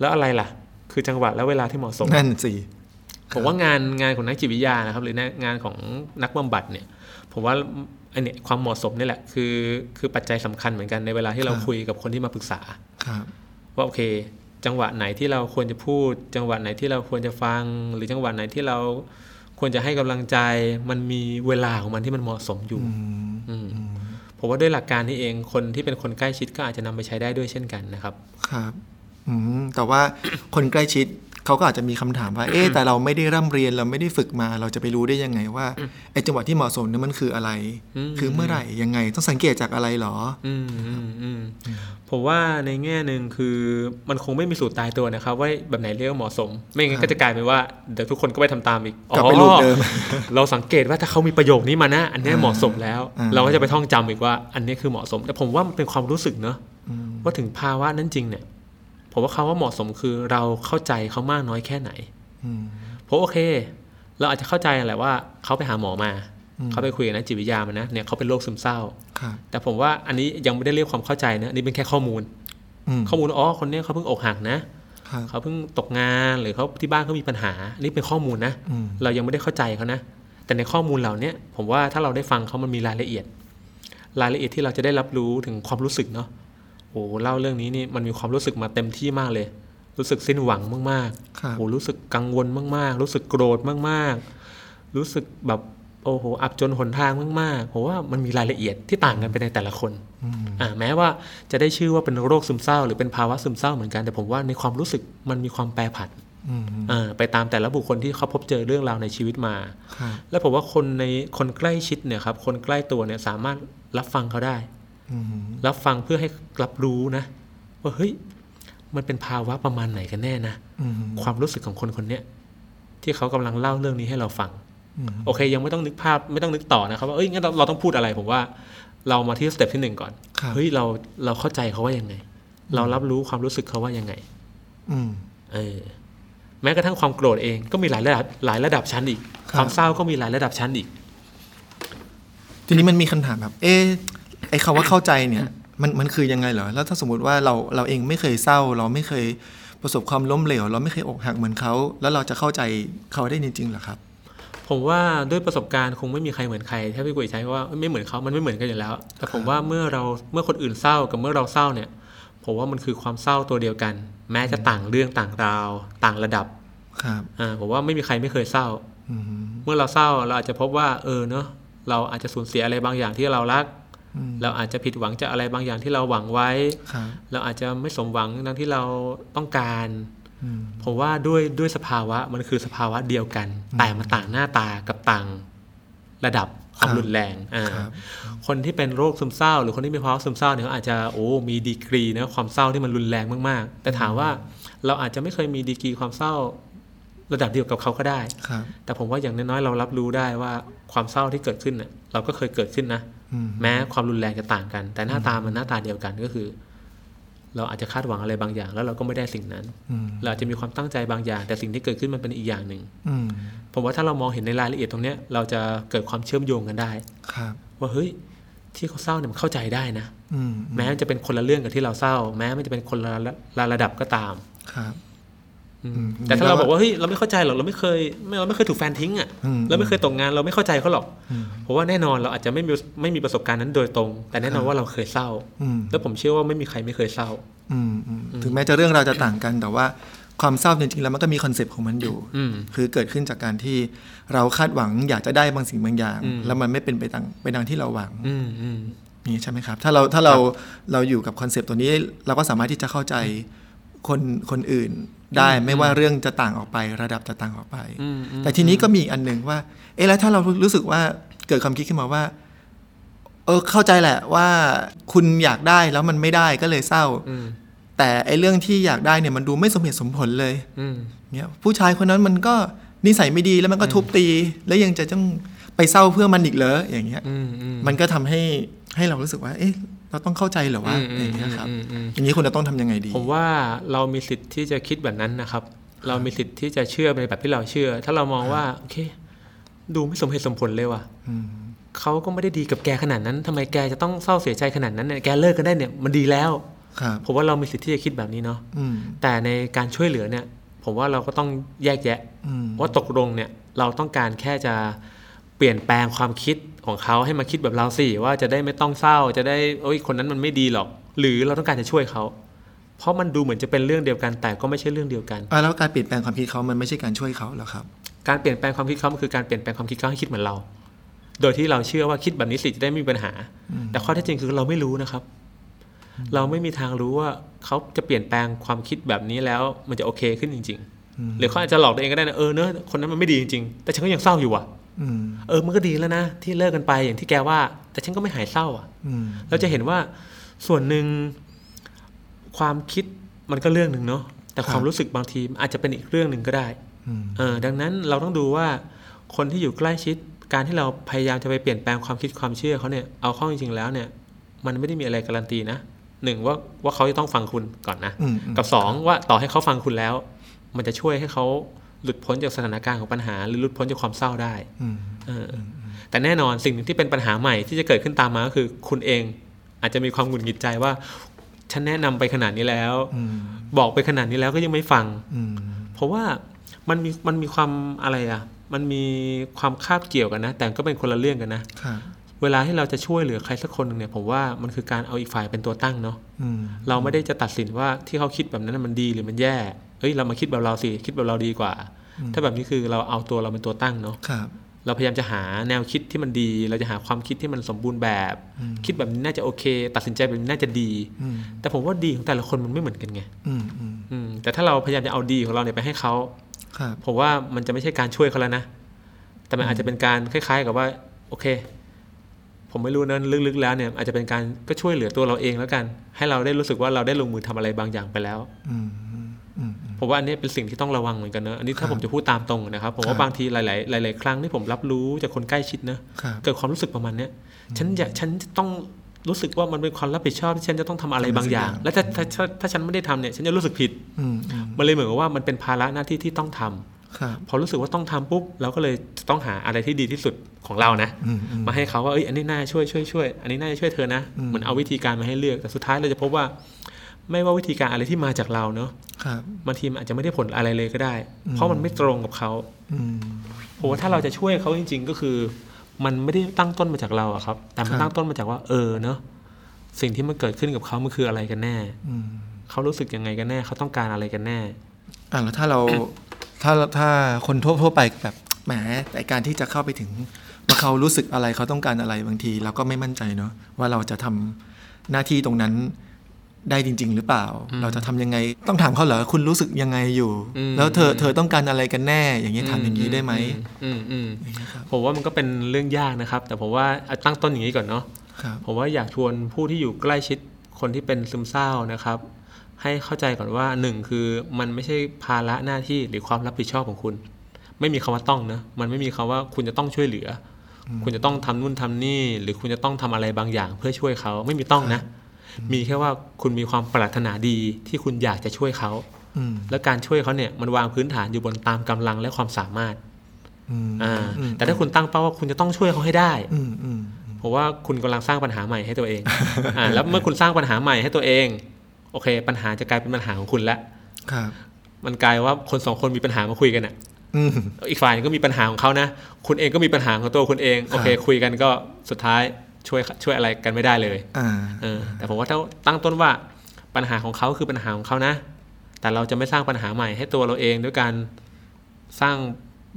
C: แล้วอะไรล่ะ คือจังหวะและเวลาที่เหมาะสม
B: นั่นสิ
C: ผมว่างานงานของนักจิตวิทยานะครับ หรืองานของนักบำบัดเนี่ย ผมว่าไอเนี่ยความเหมาะสมนี่แหละคือคือปัจจัยสำคัญเหมือนกันในเวลาที่เรา
B: ครับ
C: คุยกับคนที่มาปรึกษา
B: ครับ
C: ว่าโอเค จังหวะไหนที่เราควรจะพูด จังหวะไหนที่เราควรจะฟัง หรือจังหวะไหนที่เราควรจะให้กำลังใจ มันมีเวลาของมันที่มันเหมาะสมอยู่
B: อืม
C: อืมผม ผมว่าด้วยหลักการนี้เองคนที่เป็นคนใกล้ชิดก็อาจจะนำไปใช้ได้ด้วยเช่นกันนะครับ
B: ครับอืมแต่ว่าคนใกล้ชิดเขาก็อาจจะมีคำถามว่า เอ๊ะแต่เราไม่ได้ร่ำเรียนเราไม่ได้ฝึกมา เราจะไปรู้ได้ยังไงว่าไอ้จังหวะที่เหมาะสมเนี่ยมันคืออะไร
C: อืม
B: คือเมื่อไหร่ยังไงต้องสังเกตจากอะไรหรอ
C: อืมอืมอืมผมว่าในแง่หนึ่งคือมันคงไม่มีสูตรตายตัวนะครับ ว่าแบบไหนเรียกว่าเหมาะสม ไม่งั้นก็จะกลายเป็นว่าเดี๋ยวทุกคนก็ไปทำตามอีก
B: กลับไปรูปเดิม
C: อ๋อเราสังเกตว่าถ้าเขามีประโยคนี้มานะ อันเนี้ยเหมาะสมแล้ว
B: อ่า
C: เราก็จะไปท่องจำอีกว่า อันเนี้ยคือเหมาะสม แต่ผมว่ามันเป็นความรู้สึกเนอะว่าถึงภาวะนั้นจริงเนี่ย ผมว่าคำว่าเหมาะสมคือเราเข้าใจเขามากน้อยแค่ไหน
B: อืม
C: เพราะโอเค เราอาจจะเข้าใจแหละว่าเขาไปหาหมอมา
B: อืม
C: เขาไปคุยกับนักจิตวิทยามานะเนี่ยเขาเป็นโรคซึมเศร้า
B: ครับ
C: แต่ผมว่าอันนี้ยังไม่ได้เรียกความเข้าใจนะอันนี่เป็นแค่ข้อมูล
B: อืม
C: ข้อมูลอ๋อคนเนี้ยเขาเพิ่งอกหักนะครับ เขาเพิ่งตกงานหรือเขาที่บ้านเขามีปัญหาอันนี่เป็นข้อมูลนะ
B: อืม
C: เรายังไม่ได้เข้าใจเขานะ แต่ในข้อมูลเหล่าเนี้ยผมว่าถ้าเราได้ฟังเขามันมีรายละเอียด รายละเอียดที่เราจะได้รับรู้ถึงความรู้สึกเนาะโอ้เล่าเรื่องนี้นี่มันมีความรู้สึกมาเต็มที่มากเลย รู้สึกสิ้นหวังมากๆ
B: ครับ
C: โอ้รู้สึกกังวลมาก ๆ รู้สึกโกรธมาก ๆ รู้สึกแบบโอ้โห อับจนหนทางมากๆผมว่ามันมีรายละเอียดที่ต่างกันไปในแต่ละคน
B: อืม
C: อ่าแม้ว่าจะได้ชื่อว่าเป็นโรคซึมเศร้า หรือเป็นภาวะซึมเศร้าเหมือนกัน แต่ผมว่าในความรู้สึกมันมีความแปรผัน
B: อืม
C: อ่าไปตามแต่ละบุคคลที่เขาพบเจอเรื่องราวในชีวิตมา
B: ครับ
C: และผมว่าคนในคนใกล้ชิดเนี่ยครับคนใกล้ตัวเนี่ยสามารถรับฟังเขาได้
B: อืม
C: รับฟังเพื่อให้รับรู้นะว่าเฮ้ยมันเป็นภาวะประมาณไหนกันแน่นะ
B: อืม
C: ความรู้สึกของคนคนเนี้ยที่เขากำลังเล่าเรื่องนี้ให้เราฟัง
B: อืม
C: โอเค ยังไม่ต้องนึกภาพไม่ต้องนึกต่อนะครับว่าเอ้ยงั้นเราเราต้องพูดอะไรผมว่า เรามาที่สเต็ปที่หนึ่งก่อน
B: ครับ
C: เฮ้ยเราเราเข้าใจเขาว่ายังไง เรารับรู้ความรู้สึกเขาว่ายังไง
B: อืม
C: เออแม้กระทั่งความโกรธเองก็มีหลายระดับหลายระดับชั้นอีก
B: ค
C: ครับ วามเศร้าก็มีหลายระดับชั้นอีก
B: ทีนี้มันมีคำถามแบบ เอ๊ะไอ้คำว่าเข้าใจเนี่ย มันมันคือยังไงเหรอ แล้วถ้าสมมติว่าเราเราเองไม่เคยเศร้า เราไม่เคยประสบความล้มเหลว เราไม่เคยอกหักเหมือนเขา แล้วเราจะเข้าใจเขาได้จริงๆเหรอครับ
C: ผมว่าด้วยประสบการณ์คงไม่มีใครเหมือนใครถ้าพี่กุยใช้คำว่าไม่เหมือนเขามันไม่เหมือนกันอยู่แล้ว แต่ผมว่าเมื่อเราเมื่อคนอื่นเศร้ากับเมื่อเราเศร้าเนี่ย ผมว่ามันคือความเศร้าตัวเดียวกัน แม้จะต่างเรื่องต่างราว ต่างระดับ
B: ครับ
C: อ่าผมว่าไม่มีใครไม่เคยเศร้า
B: อืม
C: เมื่อเราเศร้าเราอาจจะพบว่าเออเนาะเราอาจจะสูญเสียอะไรบางอย่างที่เรารัก
B: อืม
C: เราอาจจะผิดหวังจากอะไรบางอย่างที่เราหวังไว้
B: ครับ
C: เราอาจจะไม่สมหวังดังที่เราต้องการ
B: อืม
C: ผมว่าด้วยด้วยสภาวะมันคือสภาวะเดียวกัน แต่มันต่างหน้าตากับต่างระดับควา
B: ค
C: ม
B: รับ
C: รุนแรงอ่า
B: ครับ
C: คนที่เป็นโรคซึมเศร้า หรือคนที่มีภาวะซึมเศร้าเนี่ยเขาอาจจะโอ้มีดีกรีนะความเศร้าที่มันรุนแรงมากๆ แต่ถามว่าเราอาจจะไม่เคยมีดีกรีความเศร้าระดับเดียวกับเขาก็ได้
B: ครับ
C: แต่ผมว่าอย่างน้อยๆเรารับรู้ได้ว่าความเศร้าที่เกิดขึ้นเน่ยเราก็เคยเกิดขึ้นนะ
B: อืม
C: แม้ความรุนแรงจะต่างกัน แต่หน้าตามันหน้าตาเดียวกันก็คือ เราอาจจะคาดหวังอะไรบางอย่าง แล้วเราก็ไม่ได้สิ่งนั้น
B: อืม
C: เราอาจจะมีความตั้งใจบางอย่าง แต่สิ่งที่เกิดขึ้นมันเป็นอีกอย่างหนึ่ง
B: อืม
C: ผมว่าถ้าเรามองเห็นในรายละเอียดตรงเนี้ยเราจะเกิดความเชื่อมโยงกันได้
B: ครับ
C: ว่าเฮ้ยที่เขาเศร้าเนี่ยมันเข้าใจได้นะ
B: อืม
C: แม้มันจะเป็นคนละเรื่องกับที่เราเศร้า แม้มันจะเป็นคนละละระดับก็ตาม
B: ครับ
C: อืม
B: อืม
C: แต่ถ้าเราบอกว่าเฮ้ยเราไม่เข้าใจหรอกเราไม่เคยไม่เราไม่เคยถูกแฟนทิ้งอ่ะ
B: อืม
C: เราไม่เคยตกงานเราไม่เข้าใจเขาหรอก
B: อืม
C: เพราะว่าแน่นอนเราอาจจะไม่มีไม่มีประสบการณ์นั้นโดยตรง แต่แน่นอนว่าเราเคยเศร้า
B: อืม
C: แล้วผมเชื่อว่าไม่มีใครไม่เคยเศร้า
B: อืมอืมถึงแม้จะเรื่องราวจะต่างกัน แต่ว่าความเศร้าจริงๆแล้วมันก็มีคอนเซปต์ของมันอยู่
C: อืม
B: คือเกิดขึ้นจากการที่เราคาดหวังอยากจะได้บางสิ่งบางอย่าง
C: อืม
B: แล้วมันไม่เป็นไปดังไปดังที่เราหวัง
C: อืมอืม
B: นี่ใช่ไหมครับ ถ้าเราถ้าเราเราอยู่กับคอนเซปต์ตัวนี้ เราก็สามารถที่จะเข้าใจคนคนอื่นได้ไม่ว่าเรื่องจะต่างออกไป ระดับจะต่างออกไป
C: อืมอืม
B: แต่ทีนี้ก็มีอีกอันหนึ่งว่า เอ๊ะแล้วถ้าเรารู้สึกว่าเกิดความคิดขึ้นมาว่า เออเข้าใจแหละว่าคุณอยากได้แล้วมันไม่ได้ก็เลยเศร้า
C: อืม
B: แต่ไอเรื่องที่อยากได้เนี่ยมันดูไม่สมเหตุสมผลเลย
C: อืม
B: เนี่ยผู้ชายคนนั้นมันก็นิสัยไม่ดีแล้วมันก็ทุบตี แล้วยังจะต้องไปเศร้าเพื่อมันอีกเหรออย่างเงี้ย
C: อืมอืม
B: มันก็ทำให้ให้เรารู้สึกว่า เอ๊ะ เราต้องเข้าใจเหรอวะ
C: ม
B: อย่างเงี้ยครับ
C: อืมอืม
B: อย่างนี้คุณจะต้องทำยังไงดี
C: ผมว่าเรามีสิทธิ์ที่จะคิดแบบนั้นนะครับ เรามีสิทธิ์ที่จะเชื่อในแบบที่เราเชื่อ ถ้าเรามองว่า โอเค ดูไม่สมเหตุสมผลเลยว่ะ
B: อืม
C: เขาก็ไม่ได้ดีกับแกขนาดนั้นทำไมแกจะต้องเศร้าเสียใจขนาดนั้นเนี่ยแกเลิกกันได้เนี่ยมันดีแล้ว
B: ครับ
C: ผมว่าเรามีสิทธิ์ที่จะคิดแบบนี้เนาะ
B: อืม
C: แต่ในการช่วยเหลือเนี่ย ผมว่าเราก็ต้องแยกแยะ
B: อืม
C: ว่าตกลงเนี่ยเราต้องการแค่จะเปลี่ยนแปลงความคิดของเขาให้มาคิดแบบเราสิว่าจะได้ไม่ต้องเศร้าจะได้โอ้ยคนนั้นมันไม่ดีหรอก หรือเราต้องการจะช่วยเขา เพราะมันดูเหมือนจะเป็นเรื่องเดียวกันแต่ก็ไม่ใช่เรื่องเดียวกัน
B: อ่ะแล้วการเปลี่ยนแปลงความคิดเขามันไม่ใช่การช่วยเขาเหรอครับ
C: การเปลี่ยนแปลงความคิดเขามันคือการเปลี่ยนแปลงความคิดเขาให้คิดเหมือนเรา โดยที่เราเชื่อว่าคิดแบบนี้สิจะได้ไม่มีปัญหา แต่ข้อเท็จจริงคือเราไม่รู้นะครับ เราไม่มีทางรู้ว่าเขาจะเปลี่ยนแปลงความคิดแบบนี้แล้วมันจะโอเคขึ้นจริง ๆ หรือเขาอาจจะหลอกตัวเองก็ได้นะเออเนอะคนนั้นมันไม่ดีจริงๆแต่ฉันก็ยังเศร้าอยู่อ่ะ
B: อืม
C: เออ มันก็ดีแล้วนะ ที่เลิกกันไปอย่างที่แกว่า แต่ฉันก็ไม่หายเศร้าอ่ะ
B: อืม
C: เราจะเห็นว่าส่วนหนึ่งความคิดมันก็เรื่องหนึ่งเนาะแต่ความรู้สึกบางทีมันอาจจะเป็นอีกเรื่องหนึ่งก็ได้
B: อืม
C: เออดังนั้นเราต้องดูว่าคนที่อยู่ใกล้ชิด การที่เราพยายามจะไปเปลี่ยนแปลงความคิดความเชื่อเขาเนี่ยเอาเข้าจริงๆแล้วเนี่ย มันไม่ได้มีอะไรการันตีนะหนึ่งว่าว่าเขาจะต้องฟังคุณก่อนนะ
B: อืมอืม
C: กับสองว่าต่อให้เขาฟังคุณแล้ว มันจะช่วยให้เขาหลุดพ้นจากสถานการณ์ของปัญหา หรือหลุดพ้นจากความเศร้าได้
B: อืม
C: เอออแต่แน่นอนสิ่งหนึ่งที่เป็นปัญหาใหม่ที่จะเกิดขึ้นตามมาก็คือคุณเองอาจจะมีความหงุดหงิดใจว่า ฉันแนะนำไปขนาดนี้แล้ว
B: อืม
C: บอกไปขนาดนี้แล้วก็ยังไม่ฟัง
B: อืม
C: เพราะว่ามันมีมันมีความอะไรอะมันมีความคาบเกี่ยวกันนะ แต่ก็เป็นคนละเรื่องกันนะ
B: ครับ
C: เวลาที่เราจะช่วยเหลือใครสักคนหนึ่งเนี่ยผมว่ามันคือการเอาอีกฝ่ายเป็นตัวตั้งเนาะ
B: อืม
C: เราไม่ได้จะตัดสินว่าที่เขาคิดแบบนั้นนะมันดีหรือมันแย่เอ้ยเรามาคิดแบบเราสิคิดแบบเราดีกว่า ถ้าแบบนี้คือเราเอาตัวเราเป็นตัวตั้งเนาะ
B: ครับ
C: เราพยายามจะหาแนวคิดที่มันดี เราจะหาความคิดที่มันสมบูรณ์แบบ คิดแบบนี้น่าจะโอเค ตัดสินใจแบบนี้น่าจะดี
B: อืม
C: แต่ผมว่าดีของแต่ละคนมันไม่เหมือนกันไง
B: อืมอืม
C: อืมแต่ถ้าเราพยายามจะเอาดีของเราเนี่ยไปให้เขา
B: ครับ
C: ผมว่ามันจะไม่ใช่การช่วยเขาแล้วนะ แต่มันอาจจะเป็นการคล้าย ๆ กับว่าโอเค ผมไม่รู้นะลึกๆ แล้วเนี่ยอาจจะเป็นการก็ช่วยเหลือตัวเราเองแล้วกัน ให้เราได้รู้สึกว่าเราได้ลงมือทำอะไรบางอย่างไปแล้ว
B: อืมอืม
C: ผมว่าอันนี้เป็นสิ่งที่ต้องระวังเหมือนกันเนอะอัน
B: ค
C: นี้
B: รั
C: ถ้า
B: บ
C: ผมจะพูดตามตรงนะครับ ผม
B: ครั
C: ว่า
B: บ
C: บางทีหลาย ๆ หลาย ๆ ครั้งที่ผมรับรู้จากคนใกล้ชิดนะ
B: ครับ
C: เกิดความรู้สึกประมาณเนี้ยฉันอยากฉันจะต้องรู้สึกว่ามันเป็นความรับผิดชอบที่ฉันจะต้องทำอะไรบางอย่าง
B: ทำสักอย่าง
C: และถ้าถ้าถ้าถ้าฉันไม่ได้ทำเนี่ยฉันจะรู้สึกผิด
B: อืมอืม
C: มันเลยเหมือนกับว่ามันเป็นภาระหน้าที่ที่ต้องทำ
B: ครับ
C: พอรู้สึกว่าต้องทำปุ๊บเราก็เลยจะต้องหาอะไรที่ดีที่สุดของเรานะ
B: อืมอืม
C: มาให้เขาว่าเอ้ยอันนี้น่าช่วยช่วยช่วยอันนี้น่าจะช่วยเธอนะ
B: อืม
C: เหมือนเอาวิธีการมาให้เลือกแต่สุดท้ายเราจะพบว่า ไม่ว่าวิธีการอะไรที่มาจากเราเนาะ
B: ครับ
C: บางทีมันอาจจะไม่ได้ผลอะไรเลยก็ได้
B: อืม
C: เพราะมันไม่ตรงกับเขา
B: อืม
C: ผมว่าถ้าเราจะช่วยเขาจริง ๆ ก็คือ มันไม่ได้ตั้งต้นมาจากเราอะครับ แต่มัน
B: ครับ
C: ตั้งต้นมาจากว่า เออเนอะสิ่งที่มันเกิดขึ้นกับเขามันคืออะไรกันแน่
B: อืม
C: เขารู้สึกยังไงกันแน่ เขาต้องการอะไรกันแน่
B: อ่ะแล้วถ้าเรา ถ้าถ้าคนทั่วทั่วไปก็แบบแหมแต่การที่จะเข้าไปถึงว่าเขารู้สึกอะไรเขาต้องการอะไรบางทีเราก็ไม่มั่นใจเนาะว่าเราจะทำหน้าที่ตรงนั้นได้จริง ๆ หรือเปล่า เราจะทำยังไงต้องถามเขาเหรอคุณรู้สึกยังไงอยู่
C: อืม
B: แล้วเธอเธอต้องการอะไรกันแน่ อย่างนี้ยถามอย่างนี้ได้ไหม
C: อืมอืม
B: อย่างเงี้ยครับ
C: ผมว่ามันก็เป็นเรื่องยากนะครับ แต่ผมว่าเอาตั้งต้นอย่างนี้ก่อนเนาะ
B: ครับ
C: ผมว่าอยากชวนผู้ที่อยู่ใกล้ชิดคนที่เป็นซึมเศร้านะครับ ให้เข้าใจก่อนว่าหนึ่งคือมันไม่ใช่ภาระหน้าที่หรือความรับผิดชอบของคุณ ไม่มีคำว่าต้องนะมันไม่มีคำว่าคุณจะต้องช่วยเหลืออคุณจะต้องทำนู่นทำนี่ หรือคุณจะต้องทำอะไรบางอย่าง เพื่อช่วยเขาไม่มีต้องนะ มีแค่ว่าคุณมีความปรารถนาดีที่คุณอยากจะช่วยเขา
B: อืม
C: และการช่วยเขาเนี่ยมันวางพื้นฐานอยู่บนตามกำลังและความสามารถ
B: อืม
C: อ่าแต่ถ้าคุณตั้งเป้าว่าคุณจะต้องช่วยเขาให้ได้
B: อืมอืม
C: เพราะว่าคุณกำลังสร้างปัญหาใหม่ให้ตัวเอง อ่าแล้วเมื่อคุณสร้างปัญหาใหม่ให้ตัวเอง โอเค ปัญหาจะกลายเป็นปัญหาของคุณละ
B: ครับ
C: มันกลายว่าคนสองคนมีปัญหามาคุยกันอ่ะ
B: อืม
C: อีกฝ่ายหนึ่งก็มีปัญหาของเขานะ คุณเองก็มีปัญหาของตัวคุณเอง โอเค
B: ครับ
C: คุยกันก็สุดท้ายช่วยช่วยอะไรกันไม่ได้เลย
B: อ่า
C: เออ แต่ผมว่าถ้าตั้งต้นว่าปัญหาของเขาคือปัญหาของเขานะ แต่เราจะไม่สร้างปัญหาใหม่ให้ตัวเราเองด้วยการสร้าง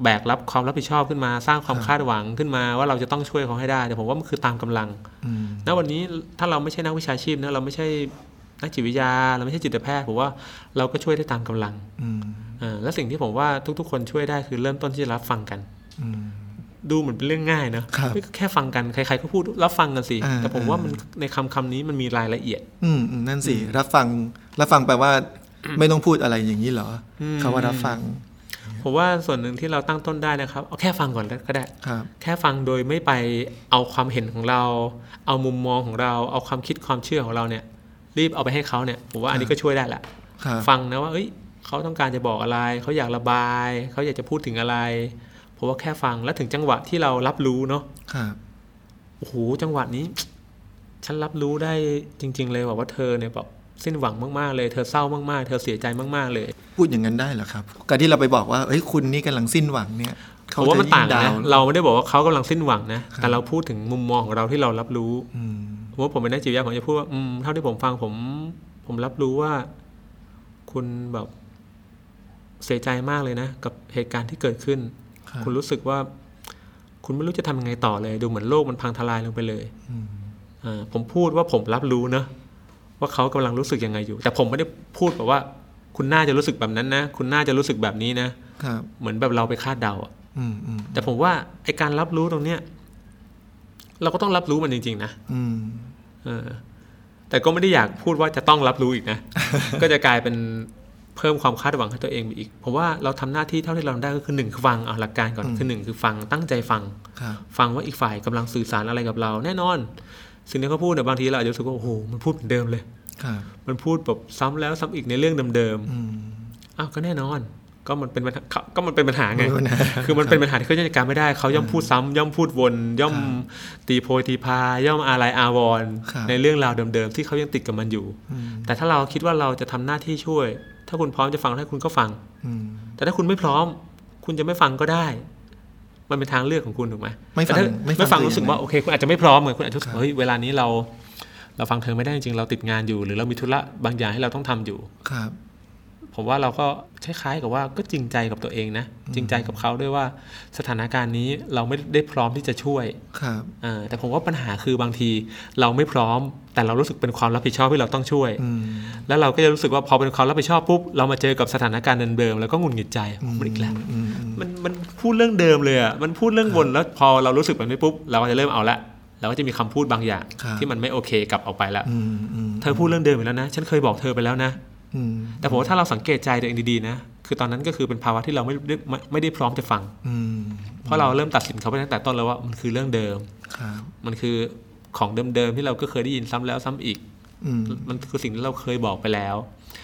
C: แบกรับความรับผิดชอบขึ้นมา สร้างความ
B: ครับ
C: คาดหวังขึ้นมา ว่าเราจะต้องช่วยเขาให้ได้ แต่ผมว่ามันคือตามกำลัง
B: อืม
C: ณวันนี้ถ้าเราไม่ใช่นักวิชาชีพนะเราไม่ใช่นักจิตวิทยา เราไม่ใช่จิตแพทย์ผมว่าเราก็ช่วยได้ตามกำลัง
B: อืม
C: เออและสิ่งที่ผมว่าทุกๆ คนช่วยได้คือเริ่มต้นที่จะรับฟังกัน
B: อืม
C: ดูเหมือนเป็นเรื่องง่ายนะครับ เฮ้ยแค่ฟังกันใครๆก็พูดรับฟังกันสิ
B: อ่า
C: แต่ผมว่ามันในคำคำนี้มันมีรายละเอียด
B: อืมอืมนั่นสิ รับฟัง รับฟังแปลว่า ไม่ต้องพูดอะไรอย่างนี้เหรออ
C: ม
B: คำว่ารับฟัง
C: ผมว่าส่วนหนึ่งที่เราตั้งต้นได้นะครับเอาแค่ฟังก่อนก็ได้
B: ครับ
C: แค่ฟังโดยไม่ไปเอาความเห็นของเรา เอามุมมองของเรา เอาความคิดความเชื่อของเราเนี่ย รีบเอาไปให้เขาเนี่ยผมว่าอันนี้ก็ช่วยได้ละ
B: ครับ
C: ฟังนะว่าเอ้ยเขาต้องการจะบอกอะไร เขาอยากระบาย เขาอยากจะพูดถึงอะไรเพราะว่าแค่ฟังแล้วถึงจังหวะที่เรารับรู้เนาะ
B: ครับ
C: โอ้โหจังหวะนี้ ฉันรับรู้ได้จริง ๆ เลยว่าว่าเธอเนี่ยแบบสิ้นหวังมากๆ เลยเธอเศร้ามากๆ เธอเสียใจมากๆ เลย
B: พูดอย่างนั้นได้เหรอครับ การที่เราไปบอกว่าเอ้ยคุณนี่กำลังสิ้นหวังเนี่ย
C: ผมว่ามัน
B: ยิ่
C: ต่าง
B: ด
C: นะ
B: วน์
C: เราไม่ได้บอกว่าเขากำลังสิ้นหวังนะแต่เราพูดถึงมุมมองของเราที่เรารับรู้
B: อืม
C: ผมว่าผมเป็นนักจิตวิทยาผมจะพูดว่าอืมเท่าที่ผมฟังผมผมรับรู้ว่า คุณแบบเสียใจมากเลยนะ กับเหตุการณ์ที่เกิดขึ้น
B: ครับ
C: คุณรู้สึกว่า คุณไม่รู้จะทำยังไงต่อเลย ดูเหมือนโลกมันพังทลายลงไปเลยอ่าผมพูดว่าผมรับรู้นะว่าเขากำลังรู้สึกยังไงอยู่ แต่ผมไม่ได้พูดแบบว่า คุณน่าจะรู้สึกแบบนั้นนะ คุณน่าจะรู้สึกแบบนี้นะ
B: ครับ
C: เหมือนแบบเราไปคาดเดาอะ
B: อืมอืม
C: แต่ผมว่าไอการรับรู้ตรงเนี้ย เราก็ต้องรับรู้มันจริงๆนะ
B: อืม
C: เออแต่ก็ไม่ได้อยากพูดว่าจะต้องรับรู้อีก นะ ก็จะกลายเป็นเพิ่มความคาดหวังให้ตัวเองไปอีก ผมว่าเราทำหน้าที่เท่าที่เราทำได้ก็คือหนึ่งคือฟังเอาหลักการก่อนคือหนึ่งคือฟังตั้งใจฟัง
B: ครับ
C: ฟังว่าอีกฝ่ายกำลังสื่อสารอะไรกับเรา แน่นอน สิ่งที่เขาพูดเนี่ยบางทีเราอาจจะรู้สึกว่าโอ้โหมันพูดเหมือนเดิมเลย
B: ครับ
C: มันพูดแบบซ้ำแล้วซ้ำอีกในเรื่องเดิม
B: อืม
C: ๆอ้าวก็แน่นอน ก็มันเป็นปัญหาเขาก็มันเป็นปัญหาไง
B: มันเป็นปัญหา
C: คือมันเป็นปัญหาที่เขาจัดการไม่ได้เขาย่อมพูดซ้ำย่อมพูดวน ย่อมตีโพยตีพายย่อมอะไรอาวรณ์
B: ครับ
C: ในเรื่องราวเดิมๆที่เขายังติดกับมันอยู่
B: อืม
C: แต่ถ้าเราคิดว่าเราจะทำหน้าที่ช่วย ถ้าคุณพร้อมจะฟังให้คุณก็ฟัง
B: อืม
C: แต่ถ้าคุณไม่พร้อม คุณจะไม่ฟังก็ได้ มันเป็นทางเลือกของคุณถูกไหม
B: ไม่ฟัง
C: แต่ถ้า
B: ไม่ฟัง
C: ไม่ฟัง
B: คือ
C: รู้สึก
B: ยังไง
C: ว่าโอเค คุณอาจจะไม่พร้อมเหมือนคุณอาจจะรู้สึ
B: ค
C: ก
B: รับ
C: เฮ้ยเวลานี้เรา เราฟังเธอไม่ได้จริงๆเราติดงานอยู่ หรือเรามีธุระบางอย่างให้เราต้องทำอยู่
B: ครับ
C: ผมว่าเราก็คล้ายๆกับว่าก็จริงใจกับตัวเองนะ จริงใจกับเขาด้วยว่าสถานการณ์นี้เราไม่ได้พร้อมที่จะช่วย
B: ครับ
C: เออแต่ผมว่าปัญหาคือบางที เราไม่พร้อม แต่เรารู้สึกเป็นความรับผิดชอบที่เราต้องช่วย
B: อืม
C: แล้วเราก็จะรู้สึกว่าพอเป็นความรับผิดชอบปุ๊บเรามาเจอกับสถานการณ์เดิมๆแล้วก็หงุดหงิดใจมันอีกแล้ว
B: อืม อืม
C: มันมันพูดเรื่องเดิมเลยอ่ะมันพูดเรื่องวนแล้วพอเรารู้สึกแบบนี้ปุ๊บเราก็จะเริ่มเอาละเราก็จะมีคำพูดบางอย่าง
B: ครับ
C: ที่มันไม่โอเคกลับออกไปละ
B: อืมอืม
C: เธอพูดเรื่องเดิมอีกแล้วนะฉันเคยบอกเธอไปแล้วนะ
B: อืม
C: แต่ผมว่าถ้าเราสังเกตใจตัวเองดีๆนะ คือตอนนั้นก็คือเป็นภาวะที่เราไม่ได้ไม่ไม่ได้พร้อมจะฟัง
B: อืม
C: เพราะเราเริ่มตัดสินเขาไปตั้งแต่ต้นแล้วว่ามันคือเรื่องเดิม
B: ครับ
C: มันคือของเดิมๆที่เราก็เคยได้ยินซ้ำแล้วซ้ำอีก
B: อืม
C: มันคือสิ่งที่เราเคยบอกไปแล้ว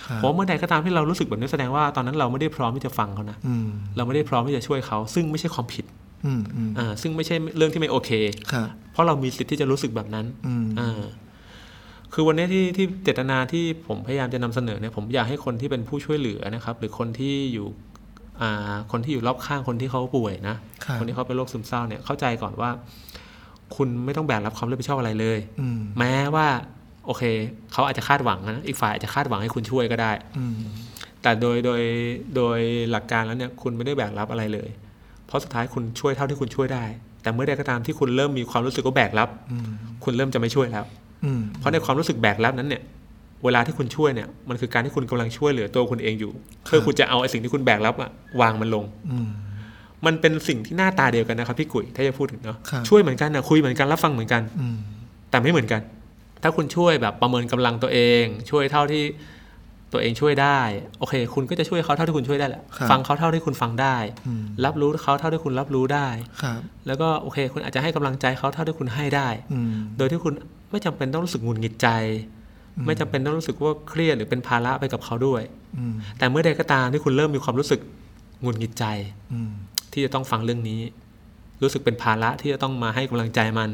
B: ครับ
C: ผมว่าเมื่อใดก็ตามที่เรารู้สึกแบบนี้แสดงว่าตอนนั้นเราไม่ได้พร้อมที่จะฟังเขานะ
B: อืม
C: เราไม่ได้พร้อมที่จะช่วยเขา ซึ่งไม่ใช่ความผิด
B: อืม อืม
C: อ่าซึ่งไม่ใช่เรื่องที่ไม่โอเค
B: ครับ
C: เพราะเรามีสิทธิ์ที่จะรู้สึกแบบนั้น
B: อืม
C: อ่าคือวันนี้ที่ที่เจตนาที่ผมพยายามจะนำเสนอเนี่ยผมอยากให้คนที่เป็นผู้ช่วยเหลือนะครับ หรือคนที่อยู่อ่าคนที่อยู่รอบข้างคนที่เขาป่วยนะครับ นที่เขาเป็นโรคซึมเศร้าเนี่ยเข้าใจก่อนว่า คุณไม่ต้องแบกรับความรับผิดชอบอะไรเลย
B: อืม
C: แม้ว่า โอเค เขาอาจจะคาดหวังนะอีกฝ่ายอาจจะคาดหวังให้คุณช่วยก็ได้
B: อืม
C: แต่โดยโดยโดยหลักการแล้วเนี่ยคุณไม่ได้แบกรับอะไรเลย เพราะสุดท้ายคุณช่วยเท่าที่คุณช่วยได้ แต่เมื่อใดก็ตามที่คุณเริ่มมีความรู้สึกว่าแบกรับ
B: อืม
C: คุณเริ่มจะไม่ช่วยแล้ว
B: อืม
C: เพราะในความรู้สึกแบกรับนั้นเนี่ย เวลาที่คุณช่วยเนี่ย มันคือการที่คุณกำลังช่วยเหลือตัวคุณเองอยู่ เพื่อคุณจะเอาไอ้สิ่งที่คุณแบกรับอะวางมันลง
B: อืม
C: มันเป็นสิ่งที่หน้าตาเดียวกันนะครับพี่กุยถ้าจะพูดถึงเนาะ
B: ครับ
C: ช่วยเหมือนกันนะคุยเหมือนกันรับฟังเหมือนกัน
B: อืม
C: แต่ไม่เหมือนกัน ถ้าคุณช่วยแบบประเมินกำลังตัวเอง ช่วยเท่าที่ตัวเองช่วยได้ โอเค คุณก็จะช่วยเขาเท่าที่คุณช่วยได้แหละ
B: ครับ
C: ฟังเขาเท่าที่คุณฟังได้
B: อืม
C: รับรู้เขาเท่าที่คุณรับรู้ได้
B: ครับ
C: แล้วก็โอเค คุณอาจจะให้กำลังใจเขาเท่าที่คุณให้ได้
B: อืม
C: โดยที่คุณไม่จำเป็นต้องรู้สึกหงุดหงิดใจ ไม่จำเป็นต้องรู้สึกว่าเครียดหรือเป็นภาระไปกับเขาด้วย
B: อืม
C: แต่เมื่อใดก็ตามที่คุณเริ่มมีความรู้สึกหงุดหงิดใจ
B: อืม
C: ที่จะต้องฟังเรื่องนี้ รู้สึกเป็นภาระที่จะต้องมาให้กำลังใจมัน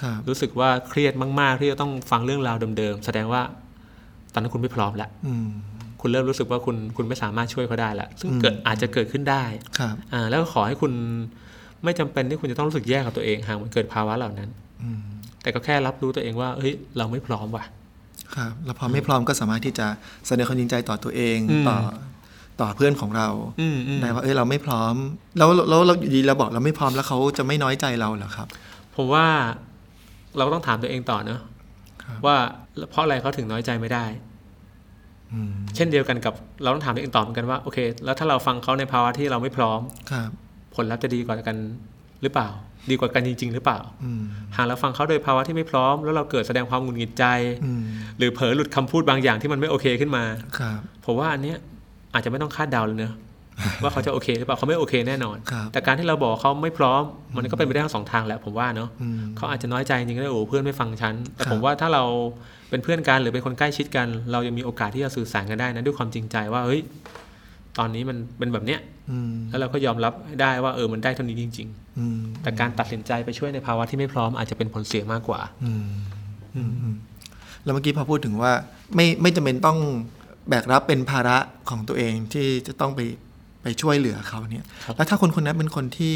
B: ครับ
C: รู้สึกว่าเครียดมากๆ ที่จะต้องฟังเรื่องราวเดิมๆแสดงว่าตอนนั้นคุณไม่พร้อมแล้ว
B: อืม
C: คุณเริ่มรู้สึกว่าคุณคุณไม่สามารถช่วยเขาได้แล้วซึ่งเกิดอาจจะเกิดขึ้นได้
B: ครับ
C: อ่าแล้วก็ขอให้คุณไม่จำเป็นที่คุณจะต้องรู้สึกแย่กับตัวเองหากมันเกิดภาวะเหล่านั้น
B: อืม
C: แต่ก็แค่รับรู้ตัวเองว่าเฮ้ยเราไม่พร้อมว่ะ
B: ครับ แล้วพอไม่พร้อมก็สามารถที่จะแสดงความจริงใจต่อตัวเอง
C: อืม
B: ต่อ ต่อเพื่อนของเรา
C: อืมอืม
B: ได้ว่า เอ้ย เราไม่พร้อม แล้วแล้วเราอยู่ดีเราบอกเราไม่พร้อมแล้วเขาจะไม่น้อยใจเราเหรอครับ
C: ผมว่าเราก็ต้องถามตัวเองต่อเนอะ
B: ครับ
C: ว่าเพราะอะไรเขาถึงน้อยใจไม่ได้
B: อืม
C: เช่นเดียวกันกับเราต้องถามตัวเองต่อเหมือนกันว่าโอเค แล้วถ้าเราฟังเขาในภาวะที่เราไม่พร้อม
B: ครับ
C: ผลลัพธ์จะดีกว่ากันหรือเปล่า ดีกว่ากันจริง ๆ หรือเปล่า
B: อืม
C: หากเราฟังเขาโดยภาวะที่ไม่พร้อม แล้วเราเกิดแสดงความหงุดหงิดใจ
B: อืม
C: หรือเผลอหลุดคำพูดบางอย่างที่มันไม่โอเคขึ้นมา
B: ครับ
C: ผมว่าอันเนี้ยอาจจะไม่ต้องคาดเดาเล ยเนอะ ว่าเขาจะโอเคหรือเปล่าเขาไม่โอเคแน่นอน
B: ครับ
C: แต่การที่เราบอกเขาไม่พร้อม มันก็เป็นไปได้ทั้งสองทางแหละผมว่าเนอะ
B: อืม
C: เขาอาจจะน้อยใจจริงก็ได้โอ้เพื่อนไม่ฟังฉัน แต่
B: ครับ
C: ผมว่าถ้าเราเป็นเพื่อนกันหรือเป็นคนใกล้ชิดกัน เรายังมีโอกาสที่จะสื่อสารกันได้นะด้วยความจริงใจว่าเฮ้ยตอนนี้มันเป็นแบบเนี้ย
B: อืม
C: แล้วเราก็ยอมรับให้ได้ว่าเออมันได้เท่านี้จริง
B: อืม
C: ๆ แต่การตัดสินใจไปช่วยในภาวะที่ไม่พร้อมอาจจะเป็นผลเสียมากกว่า
B: อืมอืมอืมแล้วเมื่อกี้พอพูดถึงว่า ไม่ไม่จำเป็นต้องแบกรับเป็นภาระของตัวเองที่จะต้องไปไปช่วยเหลือเขาเนี่ย
C: ครับ
B: แล้วถ้าคนคนนั้นเป็นคนที่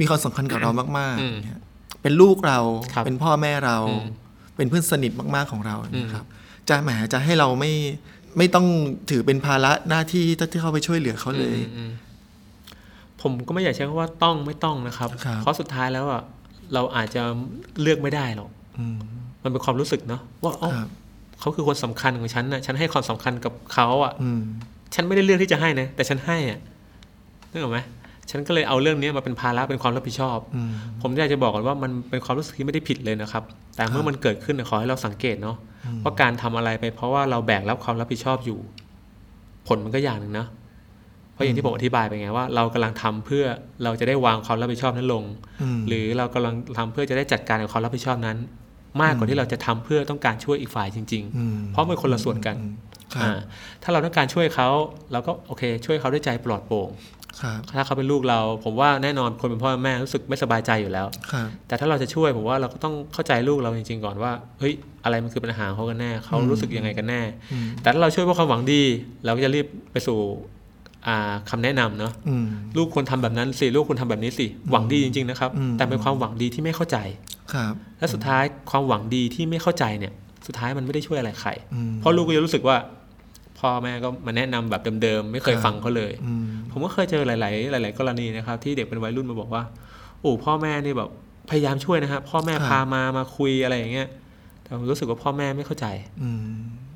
B: มีความสำคัญกับเรามาก
C: อืม
B: ๆเนี่ยเป็นลูกเรา
C: ครับ
B: เป็นพ่อแม่เรา
C: อืม
B: เป็นเพื่อนสนิทมาก ๆของเรา
C: อืม
B: นะครับ จะแหมจะให้เราไม่ไม่ต้องถือเป็นภาระหน้าที่ที่เข้าไปช่วยเหลือเขาเลย
C: อืม ผมก็ไม่อยากใช้คำว่าต้องไม่ต้องนะครับ
B: ครับ
C: เพราะสุดท้ายแล้วอ่ะเราอาจจะเลือกไม่ได้หรอก
B: อืม
C: มันเป็นความรู้สึกเนาะว่าเอ้า
B: ครับ
C: เขาคือคนสำคัญของฉันนะฉันให้ความสำคัญกับเขาอ่ะ
B: อืม
C: ฉันไม่ได้เลือกที่จะให้นะ แต่ฉันให้อ่ะนึกออกไหมฉันก็เลยเอาเรื่องนี้มาเป็นภาระเป็นความรับผิดชอบ
B: อืม
C: ผมอยากจะบอกก่อนว่ามันเป็นความรู้สึกที่ไม่ได้ผิดเลยนะครับ แต่เมื่อมันเกิดขึ้นเนี่ยขอให้เราสังเกตเนาะ
B: อืม
C: ว่าการทำอะไรไปเพราะว่าเราแบกรับความรับผิดชอบอยู่ ผลมันก็อย่างหนึ่งนะเพราะอย่างที่ผมอธิบายไปไงว่าเรากำลังทำเพื่อเราจะได้วางความรับผิดชอบนั้นลง
B: อืม
C: หรือเรากำลังทำเพื่อจะได้จัดการกับความรับผิดชอบนั้น มากกว่าที่เราจะทำเพื่อต้องการช่วยอีกฝ่ายจริง ๆ
B: ม
C: เพราะมันคนละส่วนกัน
B: อืมครั
C: อ่า
B: บ
C: ถ้าเราต้องการช่วยเขาเราก็โอเค ช่วยเขาด้วยใจปลอดโปร่ง
B: ครับ
C: ถ้าเขาเป็นลูกเรา ผมว่าแน่นอนคนเป็นพ่อเป็นแม่รู้สึกไม่สบายใจอยู่แล้ว
B: ครับ
C: แต่ถ้าเราจะช่วยผมว่าเราก็ต้องเข้าใจลูกเราจริงๆก่อนว่าเฮ้ยอะไรมันคือปัญหาของเขากันแน่เขารู้สึกยังไงกันแน่
B: อืม
C: แต่ถ้าเราช่วยเพราะความหวังดี เราก็จะรีบไปสู่อ่าคำาแนะนำเนาะ
B: อืม
C: ลูกควรทำแบบนั้นสิลูกควรทำแบบนี้สิหวังดีจริงๆนะครับ
B: อืม
C: แต่เป็นความหวังดีที่ไม่เข้าใจ
B: ครับ
C: และสุดท้ายความหวังดีที่ไม่เข้าใจเนี่ยสุดท้ายมันไม่ได้ช่วยอะไรใคร
B: อืม
C: เพราะลูกก็จะรู้สึกว่า พ่อแม่ก็มาแนะนำแบบเดิมๆ ไม่เคย
B: ครับ
C: ฟังเขาเลย
B: อืม
C: ผมก็เคยเจอหลาย ๆ หลาย ๆ กรณีนะครับ ที่เด็กเป็นวัยรุ่นมาบอกว่าโอ้พ่อแม่นี่แบบพยายามช่วยนะครับพ่อแม่
B: ครับ
C: พามามาคุยอะไรอย่างเงี้ยแต่ผมรู้สึกว่าพ่อแม่ไม่เข้าใจ
B: อืม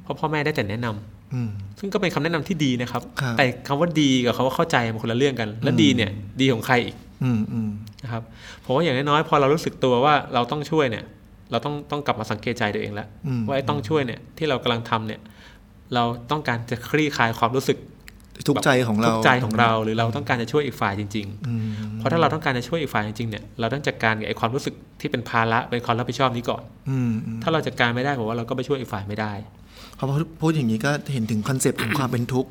C: เพราะพ่อแม่ได้แต่แนะนำ
B: อืม
C: ซึ่งก็เป็นคำแนะนำที่ดีนะครับ
B: ครับ
C: แต่คำว่าดีกับคำว่าเข้าใจมันคนละเรื่องกัน และดีเนี่ยดีของใครอีก
B: อืมอืม
C: นะครับผมว่าอย่างน้อยๆพอเรารู้สึกตัวว่าเราต้องช่วยเนี่ย เราต้องต้องกลับมาสังเกตใจตัวเองแล้ว
B: อืม
C: ว่าไอ้ต้องช่วยเนี่ยที่เรากำลังทำเนี่ยเราต้องการจะคลี่คลายความรู้สึก
B: ทุกข์ใจของเรา
C: ทุกข์ใจของเรา หรือเราต้องการจะช่วยอีกฝ่ายจริง
B: อืม
C: ๆ เพราะถ้าเราต้องการจะช่วยอีกฝ่ายจริงๆเนี่ยเราต้องจัดการกับไอ้ความรู้สึกที่เป็นภาระเป็นความรับผิดชอบนี้ก่อน
B: อืมอืม
C: ถ้าเราจัดการไม่ได้ผมว่าเราก็ไปช่วยอีกฝ่ายไม่ได้
B: พอพูดอย่างนี้ก็เห็นถึงคอนเซปต์ของความเป็นทุกข์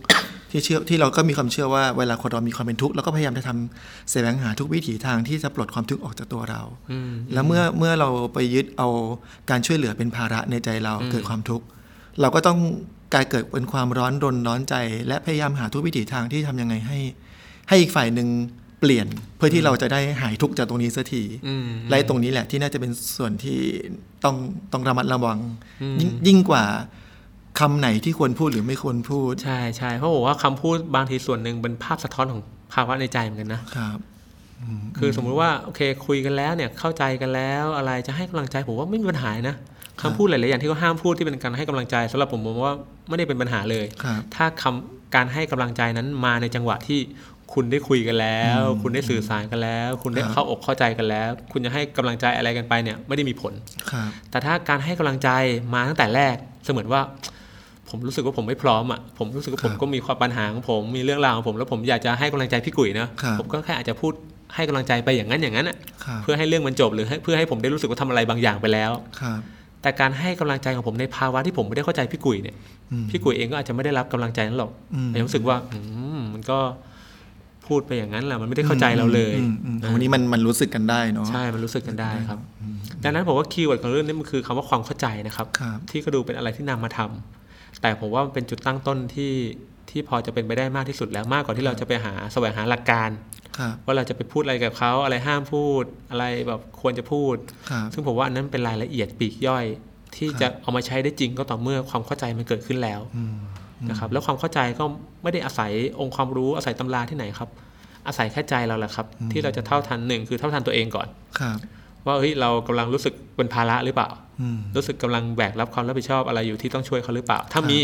B: ที่เชื่อที่เราก็มีความเชื่อว่าเวลาคนเรามีความเป็นทุกข์เราก็พยายามจะทำเสวงหาทุกวิถีทางที่จะปลดความทุกข์ออกจากตัวเรา
C: อืม
B: แล้วเมื่อเมื่อเราไปยึดเอาการช่วยเหลือเป็นภาระในใจเรา
C: อืม
B: เกิดความทุกข์ เราก็ต้องกลายเกิดเป็นความร้อนรนร้อนใจ และพยายามหาทุกวิถีทางที่ทำยังไงให้ ให้อีกฝ่ายหนึ่งเปลี่ยนเพื่อที่เราจะได้หายทุกข์จากตรงนี้สักที
C: อืม
B: และตรงนี้แหละที่น่าจะเป็นส่วนที่ต้องต้องระมัดระวัง
C: อืม
B: ยิ่งยิ่งกว่าคำไหนที่ควรพูดหรือไม่ควรพูด
C: ใช่ใช่เพราะผมว่าคำพูดบางทีส่วนหนึ่งเป็นภาพสะท้อนของภาวะในใจเหมือนกันนะ
B: ครับ
C: คือสมมุติว่าโอเคคุยกันแล้วเนี่ยเข้าใจกันแล้วอะไรจะให้กำลังใจผมว่าไม่มีปัญหานะคำพูดหลาย ๆ อย่างที่เขาห้ามพูดที่เป็นการให้กำลังใจสำหรับผมผมว่าไม่ได้เป็นปัญหาเลย
B: ครับ
C: ถ้าคำการให้กำลังใจนั้นมาในจังหวะที่คุณได้คุยกันแล้ว คุณได้สื่อสารกันแล้ว คุณได้เข้าอกเข้าใจกันแล้ว คุณจะให้กำลังใจอะไรกันไปเนี่ยไม่ได้มีผล
B: ครับ
C: แต่ถ้าการให้กำลังใจมาตั้งแต่แรกเสมือนว่า ผมรู้สึกว่าผมไม่พร้อมอ่ะผมรู้สึกว่าผมก็มีความปัญหาของผมมีเรื่องราวของผม แล้วผมอยากจะให้กำลังใจพี่กุ้ยนะผมก็แค่อาจจะพูดให้กำลังใจไปอย่างนั้นอย่างนั้นอ่ะ
B: ครับ
C: เพื่อให้เรื่องมันจบหรือให้เพื่อให้ผมได้รู้สึกว่าทำอะไรบางอย่างไปแล้ว
B: ครับ
C: แต่การให้กำลังใจของผมในภาวะที่ผมไม่ได้เข้าใจพี่กุ้ยเนี่ย
B: อืม
C: พี่กุ้ยเองก็อาจจะไม่ได้รับกำลังใจนั้นหรอก
B: อืม
C: แต่รู้สึกว่าอืมมันก็พูดไปอย่างนั้นแหละมันไม่ได้เข้าใจเราเลย
B: อืมอืม
C: นะ
B: วันนี้มันมันรู้สึกกันได้เนาะ
C: ใช่ มันรู้สึกกันได้ครับ ดังนั้นผมว่าคีย์เวิร์ดของเรื่องนี้มันคือคำว่าความเข้าใจนะครับ
B: ครับ
C: ที่ก็ดูเป็นอะไรที่นำมาทำ แต่ผมว่ามันเป็นจุดตั้งต้นที่ที่พอจะเป็นไปได้มากที่สุดแล้วมากกว่าที่เราจะไปหาแสวงหาหลักการ
B: ครับ
C: ว่าเราจะไปพูดอะไรกับเขาอะไรห้ามพูด อะไรแบบควรจะพูด
B: ครับ
C: ซึ่งผมว่าอันนั้นเป็นรายละเอียดปลีกย่อย ที่
B: ครับ
C: จะเอามาใช้ได้จริงก็ต่อเมื่อความเข้าใจมันเกิดขึ้นแล้ว
B: อืม
C: นะครับแล้วความเข้าใจก็ไม่ได้อาศัยองค์ความรู้อาศัยตำราที่ไหนครับ อาศัยแค่ใจเราแหละครับ
B: อืม
C: ที่เราจะเท่าทันหนึ่งคือเท่าทันตัวเองก่อน
B: ครับ
C: ว่าเฮ้ยเรากำลังรู้สึกเป็นภาระหรือเปล่า
B: อืม
C: รู้สึกกำลังแบกรับความรับผิดชอบอะไรอยู่ที่ต้องช่วยเขาหรือเปล่า ถ้ามี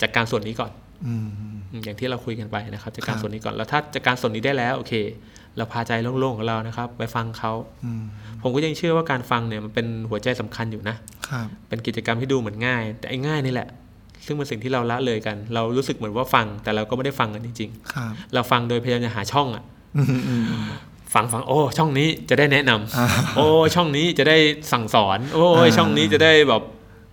C: จากการส่วนนี้ก่อน
B: อืม
C: อืมอย่างที่เราคุยกันไปนะครับจากกา
B: ค
C: ร
B: รับ
C: ส่วนนี้ก่อนแล้วถ้าจากการส่วนนี้ได้แล้วโอเค เราพาใจโล่งๆของเรานะครับ ไปฟังเขา
B: อืม
C: ผมก็ยังเชื่อว่าการฟังเนี่ยมันเป็นหัวใจสำคัญอยู่นะ
B: ครับ
C: เป็นกิจกรรมที่ดูเหมือนง่าย แต่ไอ้ง่ายนี่แหละ ซึ่งเป็นสิ่งที่เราละเลยกัน เรารู้สึกเหมือนว่าฟัง แต่เราก็ไม่ได้ฟังกันจริง
B: ครับ
C: ๆ เราฟังโดยพยายามจะหาช่องอะ
B: อืมอืม
C: ฟังฟังโอ้ช่องนี้จะได้แนะนำ
B: อ่า
C: โอ้ช่องนี้จะได้สั่งสอน โอ้ย
B: อ่า
C: ช่องนี้จะได้แบบ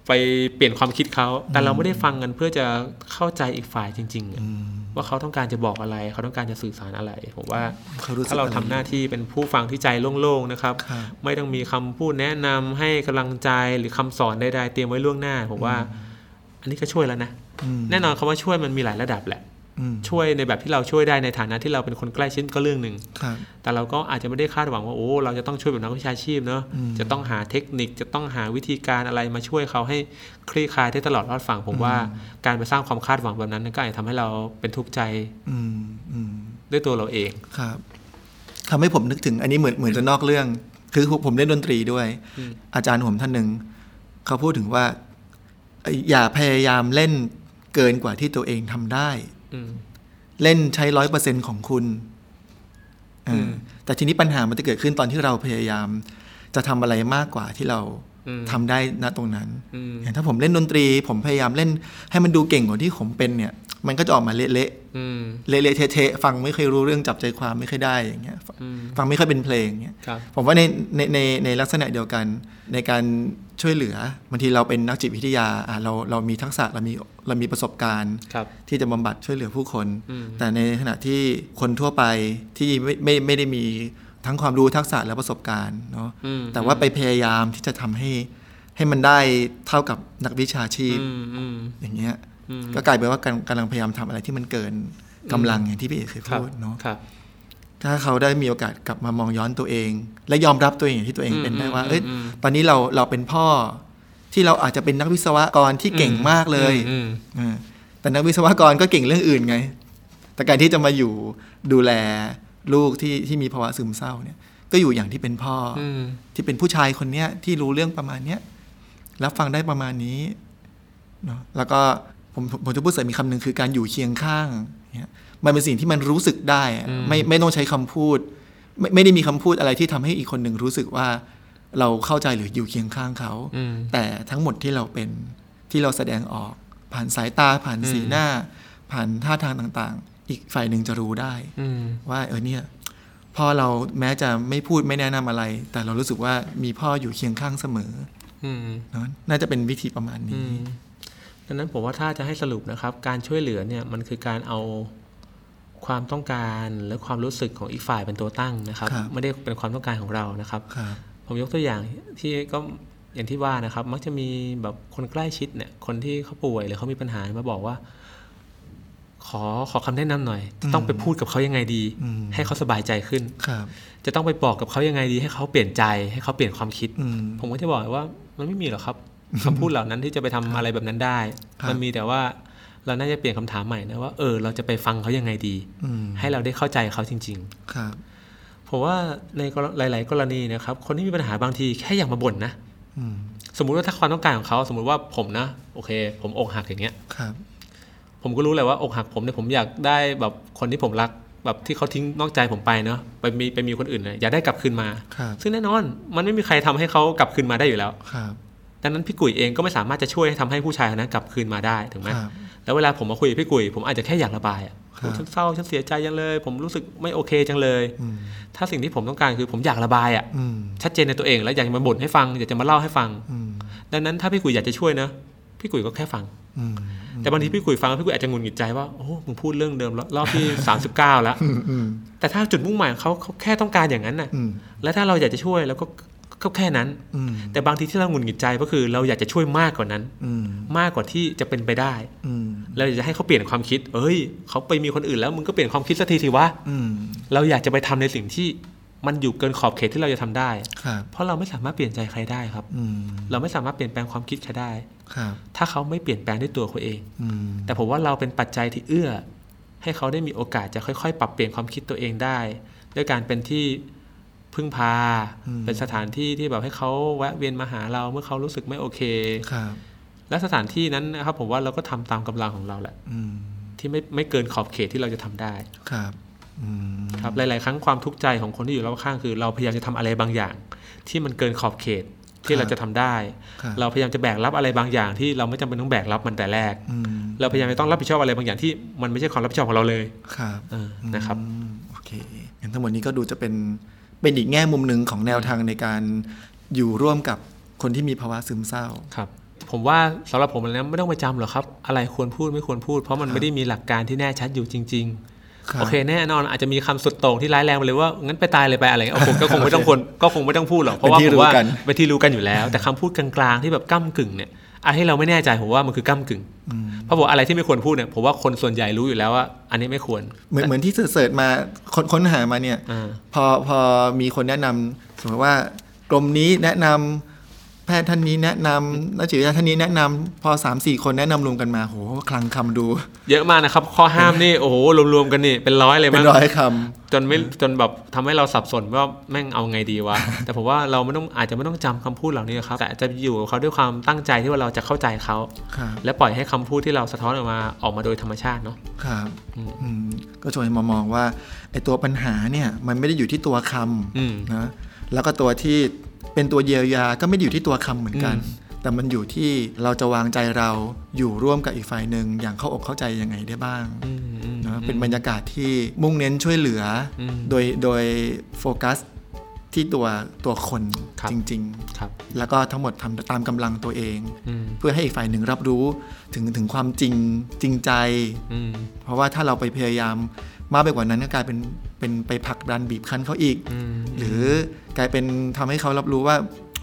C: ไปเปลี่ยนความคิดเขาแต่เราไม่ได้ฟังกันเพื่อจะเข้าใจอีกฝ่ายจริงๆอะ
B: อืม
C: ว่าเขาต้องการจะบอกอะไร เขาต้องการจะสื่อสารอะไรผมว่า
B: เขารู้สึก
C: ถ้าเราทำหน้าที่เป็นผู้ฟังที่ใจโล่งๆนะครับ
B: ครับ
C: ไม่ต้องมีคำพูดแนะนำให้กำลังใจหรือคำสอนใดๆเตรียมไว้ล่วงหน้า ผมว่า อันนี้ก็ช่วยแล้วนะ
B: อืม
C: แน่นอนคำว่าช่วยมันมีหลายระดับแหละ
B: อืม
C: ช่วยในแบบที่เราช่วยได้ในฐานะที่เราเป็นคนใกล้ชิดก็เรื่องหนึ่ง
B: ครับ
C: แต่เราก็อาจจะไม่ได้คาดหวังว่าโอ้เราจะต้องช่วยแบบนักวิชาชีพเนอะ
B: อืม
C: จะต้องหาเทคนิคจะต้องหาวิธีการอะไรมาช่วยเขาให้คลี่คลายได้ตลอดรอดฝั่งผมว่า การไปสร้างความคาดหวังแบบนั้นก็อาจจะทำให้เราเป็นทุกข์ใจ
B: อืมอืม
C: ด้วยตัวเราเอง
B: ครับ ทำให้ผมนึกถึงอันนี้เหมือนเหมือนจะนอกเรื่อง คือผมเล่นดนตรีด้วย อาจารย์ผมท่านหนึ่ง เขาพูดถึงว่าเอ่ออย่าพยายามเล่นเกินกว่าที่ตัวเองทำได้
C: อืม
B: เล่นใช้ร้อยเปอร์เซ็นของคุณเออ
C: ม
B: แต่ทีนี้ปัญหามันจะเกิดขึ้นตอนที่เราพยายาม จะทำอะไรมากกว่าที่เรา
C: อืม
B: ทำได้ณตรงนั้น
C: อืม
B: อย่างถ้าผมเล่นดนตรี ผมพยายามเล่นให้มันดูเก่งกว่าที่ผมเป็นเนี่ย มันก็จะออกมาเละๆ
C: อืม
B: เละๆเทะๆฟังไม่เคยรู้เรื่องจับใจความไม่เคยได้อย่างเงี้ย
C: อืม
B: ฟังไม่ค่อยเป็นเพลงเงี้ย
C: ครับ
B: ผมว่าในในในในลักษณะเดียวกันในการช่วยเหลือบางทีเราเป็นนักจิตวิทยาอ่ะเราเรามีทักษะเรามีเรามีประสบการณ์
C: ครับ
B: ที่จะบำบัดช่วยเหลือผู้คน
C: อืม
B: แต่ในขณะที่คนทั่วไปที่ไม่ไม่ไม่ได้มีทั้งความรู้ทักษะและประสบการณ์เนาะ
C: อืม
B: แต่ว่าไปพยายามที่จะทำให้ให้มันได้เท่ากับนักวิชาชีพ
C: อืมอืม
B: อย่างเงี้ย
C: อืม
B: ก็กลายเป็นว่ากำกำลังพยายามทำอะไรที่มันเกินกำลังอย่างที่พี่เอกเคย
C: ครับ
B: พูดเนาะ
C: ครับ
B: ถ้าเขาได้มีโอกาสกลับมามองย้อนตัวเอง และยอมรับตัวเองอย่างที่ตัวเองเป็นได้ว่า
C: อืม
B: เอ้ย
C: อืม
B: ตอนนี้เราเราเป็นพ่อ ที่เราอาจจะเป็นนักวิศวกรที่เก่งมากเลย
C: อืม
B: เออแต่นักวิศวกรก็เก่งเรื่องอื่นไง แต่การที่จะมาอยู่ดูแลลูกที่ที่มีภาวะซึมเศร้าเนี่ย ก็อยู่อย่างที่เป็นพ่ออ
C: อืม
B: ที่เป็นผู้ชายคนเนี้ยที่รู้เรื่องประมาณเนี้ยรับฟังได้ประมาณนี้เนาะแล้วก็ผมผมผมจะพูดเสริมมีกคำหนึ่งคือการอยู่เคียงข้างเนี่ยมันเป็นสิ่งที่มันรู้สึกได้อะไม่ไม่ต้องใช้คำพูด ไม่ไม่ได้มีคำพูดอะไรที่ทำให้อีกคนหนึ่งรู้สึกว่า เราเข้าใจหรืออยู่เคียงข้างเขา
C: อืม
B: แต่ทั้งหมดที่เราเป็นที่เราแสดงออก ผ่านสายตาผ่านสีหน้า ผ่านท่าทางต่างๆ อีกฝ่ายหนึ่งจะรู้ได้
C: อืม
B: ว่าเออเนี่ยพ่อเราแม้จะไม่พูดไม่แนะนำอะไร แต่เรารู้สึกว่ามีพ่ออยู่เคียงข้างเสมอ
C: อืม
B: เนอะน่าจะเป็นวิธีประมาณนี้
C: ดังนั้นผมว่าถ้าจะให้สรุปนะครับ การช่วยเหลือเนี่ยมันคือการเอาความต้องการและความรู้สึกของอีกฝ่ายเป็นตัวตั้งนะครับ
B: ครับ
C: ไม่ได้เป็นความต้องการของเรานะครับ
B: ครับ
C: ผมยกตัวอย่างที่ก็อย่างที่ว่านะครับ มักจะมีแบบคนใกล้ชิดเนี่ย คนที่เขาป่วยหรือเขามีปัญหามาบอกว่า ขอขอคำแนะนำหน่อย จะต้องไปพูดกับเขายังไงดี
B: อืม
C: ให้เขาสบายใจขึ้น
B: ครับ
C: จะต้องไปบอกกับเขายังไงดี ให้เขาเปลี่ยนใจ ให้เขาเปลี่ยนความคิด
B: อืม
C: ผมก็จะบอกว่ามันไม่มีหรอก ครับคำพูดเหล่านั้นที่จะไปทำอะไรแบบนั้นได้
B: ครับ
C: มันมีแต่ว่าเราน่าจะเปลี่ยนคำถามใหม่นะว่าเออเราจะไปฟังเขายังไงดี
B: อืม
C: ให้เราได้เข้าใจเขาจริง
B: ครับ
C: ๆ ผมว่าในกรหลาย ๆ กรณีนะครับ คนที่มีปัญหาบางทีแค่อยากมาบ่นนะ
B: อืม
C: สมมุติว่าถ้าความต้องการของเขาสมมุติว่าผมนะ โอเค ผมอกหักอย่างเงี้ย
B: ครับ
C: ผมก็รู้แหละว่าอกหักผมเนี่ยผมอยากได้แบบคนที่ผมรักแบบที่เขาทิ้งนอกใจผมไปเนาะไปมีไปมีคนอื่นเนี่ยอยากได้กลับคืนมา
B: ครับ
C: ซึ่งแน่นอนมันไม่มีใครทำให้เขากลับคืนมาได้อยู่แล้ว
B: ครับ
C: ดังนั้นพี่กุยเองก็ไม่สามารถจะช่วยให้ทำให้ผู้ชายคนนั้นกลับคืนมาได้ถูกไหม
B: ครับ
C: แล้วเวลาผมมาคุยกับพี่กุยผมอาจจะแค่อยากระบายอ่ะ
B: ค
C: ผ
B: รับ
C: มฉันเศร้าฉันเสียใจจังเลย ผมรู้สึกไม่โอเคจังเลย
B: อืม
C: ถ้าสิ่งที่ผมต้องการคือผมอยากระบายอ่ะ
B: อืม
C: ชัดเจนในตัวเองแล้วอยากจะมาบ่นให้ฟังอยากจะมาเล่าให้ฟัง
B: อืม
C: ดังนั้นถ้าพี่กุยอยากจะช่วยนะพี่กุยก็แค่ฟัง
B: อืม
C: แต่บางทีพี่กุยฟังแล้วพี่กุยอาจจะหงุนหงิดใจว่าโอ้มึงพูดเรื่องเดิมแล้วรอบที่ 39 แล้ว
B: อืมอืม
C: แต่ถ้าจุดมุ่งหมายของเขาเขาแค่ต้องการอย่างนั้นน่ะ
B: อืม
C: และถ้าเราอยากจะช่วยเราก็ก็แค่นั้น
B: อืม
C: แต่บางทีที่เราหงุนหงิดใจก็คือเราอยากจะช่วยมากกว่านั้น
B: อืม
C: มากกว่าที่จะเป็นไปได้
B: อืม
C: เราอยากจะให้เขาเปลี่ยนความคิด เอ้ย เขาไปมีคนอื่นแล้วมึงก็เปลี่ยนความคิดสักทีสิวะ
B: อืม
C: เราอยากจะไปทำในสิ่งที่มันอยู่เกินขอบเขตที่เราจะทำได้
B: ครับ
C: เพราะเราไม่สามารถเปลี่ยนใจใครได้ครับ
B: อืม
C: เราไม่สามารถเปลี่ยนแปลงความคิดใครได้
B: ครับ
C: ถ้าเขาไม่เปลี่ยนแปลงด้วยตัวเขาเอง
B: อืม
C: แต่ผมว่าเราเป็นปัจจัยที่เอื้อ ให้เขาได้มีโอกาสจะค่อยๆ ปรับเปลี่ยนความคิดตัวเองได้ ด้วยการเป็นที่พึ่งพา เป็นสถานที่ที่แบบให้เขาแวะเวียนมาหาเราเมื่อเขารู้สึกไม่โอเค
B: ครับ
C: และสถานที่นั้นนะครับผมว่าเราก็ทำตามกำลังของเราแหละ
B: อืม
C: ที่ไม่ไม่เกินขอบเขตที่เราจะทำได้
B: ครับอืม
C: ครับหลาย ๆ ครั้งความทุกข์ใจของคนที่อยู่รอบข้างคือ เราพยายามจะทำอะไรบางอย่าง ที่มันเกินขอบเขตที่เราจะทำได้
B: ครับ
C: เราพยายามจะแบกรับอะไรบางอย่างที่เราไม่จำเป็นต้องแบกรับมันแต่แรก
B: อืม
C: เราพยายามจะต้องรับผิดชอบอะไรบางอย่างที่มันไม่ใช่ความรับผิดชอบของเราเลย
B: ครับ
C: เออนะครับ
B: อืมโอเคงั้นทั้งหมดนี้ก็ดูจะเป็นเป็นอีกแง่มุมหนึ่งของแนวทางในการอยู่ร่วมกับคนที่มีภาวะซึมเศร้า
C: ครับผมว่าสำหรับผมแล้วไม่ต้องไปจำหรอกครับ อะไรควรพูดไม่ควรพูด เพราะมันไม่ได้มีหลักการที่แน่ชัดอยู่จริง
B: ครับ
C: ๆโอเคแน่นอนอาจจะมีคำสุดโต่งที่ร้ายแรงไปเลยว่างั้นไปตายเลยไปอะไรเอาผมก็คงไม่ต้องคนก็คงไม่ต้องพูดหรอกเพราะว่า
B: เป็นที่
C: ผมว่า
B: รู้กัน
C: เป็นที่รู้กันอยู่แล้ว แต่คำพูดกลางๆที่แบบก้ากึ่งเนี่ยอันที่เราไม่แน่ใจผมว่ามันคือก้ากึ่ง
B: อืม
C: เพราะผมอะไรที่ไม่ควรพูดเนี่ยผมว่าคนส่วนใหญ่รู้อยู่แล้วว่า อันนี้ไม่ควร
B: เหมือนเหมือนที่เสิร์ชมาค้นค้นหามาเนี่ย
C: อ่า
B: พอพอมีคนแนะนำสมมติว่า กลมนี้แนะนำ แพทย์ท่านนี้แนะนำนักจิตวิทยาท่านนี้แนะนำพอสามสี่คนแนะนำรวมกันมาโหคลังคำดู
C: เยอะมากนะครับ ข้อห้ามนี่โอ้โหรวมๆกันนี่เป็นร้อยเลย
B: เป็
C: มั้
B: น
C: ง
B: ร้อยคำ
C: จนไม่จนแบบทำให้เราสับสนว่าแม่งเอาไงดีวะ แต่ผมว่าเราไม่ต้องอาจจะไม่ต้องจำคำพูดเหล่านี้ครับแต่จะอยู่กับเขาด้วยความตั้งใจที่ว่าเราจะเข้าใจเขา
B: ครับ
C: และปล่อยให้คำพูดที่เราสะท้อนออกมาออกมาโดยธรรมชาติเนาะ
B: ครับ
C: อืม
B: อืมก็ชวนมามองว่าไอ้ตัวปัญหาเนี่ยมันไม่ได้อยู่ที่ตัวค
C: อืม
B: ำนะแล้วก็ตัวที่เป็นตัวเยียวยาก็ไม่ได้อยู่ที่ตัวคำเหมือนกัน แต่มันอยู่ที่เราจะวางใจเราอยู่ร่วมกับอีกฝ่ายหนึ่งอย่างเข้าอกเข้าใจยังไงได้บ้างนะเป็นบรรยากาศที่มุ่งเน้นช่วยเหลืออ
C: ม
B: โดยโดยโฟกัสที่ตัวตัวคน
C: ครับ
B: จริง
C: ครับ
B: ๆ แล้วก็ทั้งหมดทำตามกำลังตัวเอง
C: อืม
B: เพื่อให้อีกฝ่ายหนึ่งรับรู้ถึงถึงความจริงจริงใจ
C: อืม
B: เพราะว่าถ้าเราไปพยายามมากไปกว่านั้นก็กลายเป็นเป็นไปผลักดันบีบคั้นเขาอีก
C: อืม
B: หรือกลายเป็นทำให้เขารับรู้ว่า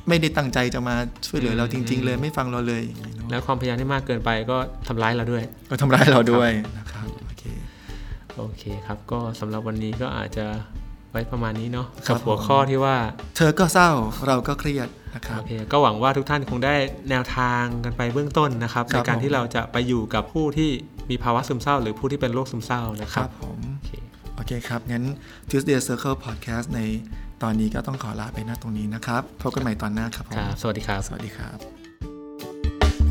B: ไม่ได้ตั้งใจจะมาช่วยเหลือเราจริง ๆ เลยไม่ฟังเราเลยอย่างนี้เนอะ
C: แล้วความพยายามที่มากเกินไปก็ทำร้ายเราด้วย
B: ก็ทำร้ายเราด้วยนะครับโอเค
C: โอเคครับ ก็สำหรับวันนี้ก็อาจจะไว้ประมาณนี้เนาะ
B: ครั
C: กับบ หัว
B: ผม
C: ข้อที่ว่า
B: เธอก็เศร้าเราก็เครียดนะครับ
C: โอเคก็หวังว่าทุกท่านคงได้แนวทางกันไปเบื้องต้นนะครับ
B: ค
C: ใน
B: รับ
C: การ
B: ผม
C: ที่เราจะไปอยู่กับผู้ที่มีภาวะซึมเศร้า หรือผู้ที่เป็นโรคซึมเศร้านะค
B: ค
C: รั
B: รั
C: บบ
B: ผม
C: โอเค
B: โอเคครับ งั้น Tuesday Circle Podcast ในตอนนี้ก็ต้องขอลาไปนะตรงนี้นะครับพบกันใหม่ตอนหน้าครับผ
C: ค
B: ม
C: รับสวัสดีครับ
B: สวัสดีครับ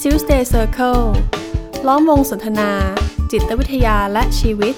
A: Tuesday Circle ล้อมวงสนทนา จิตวิทยาและชีวิต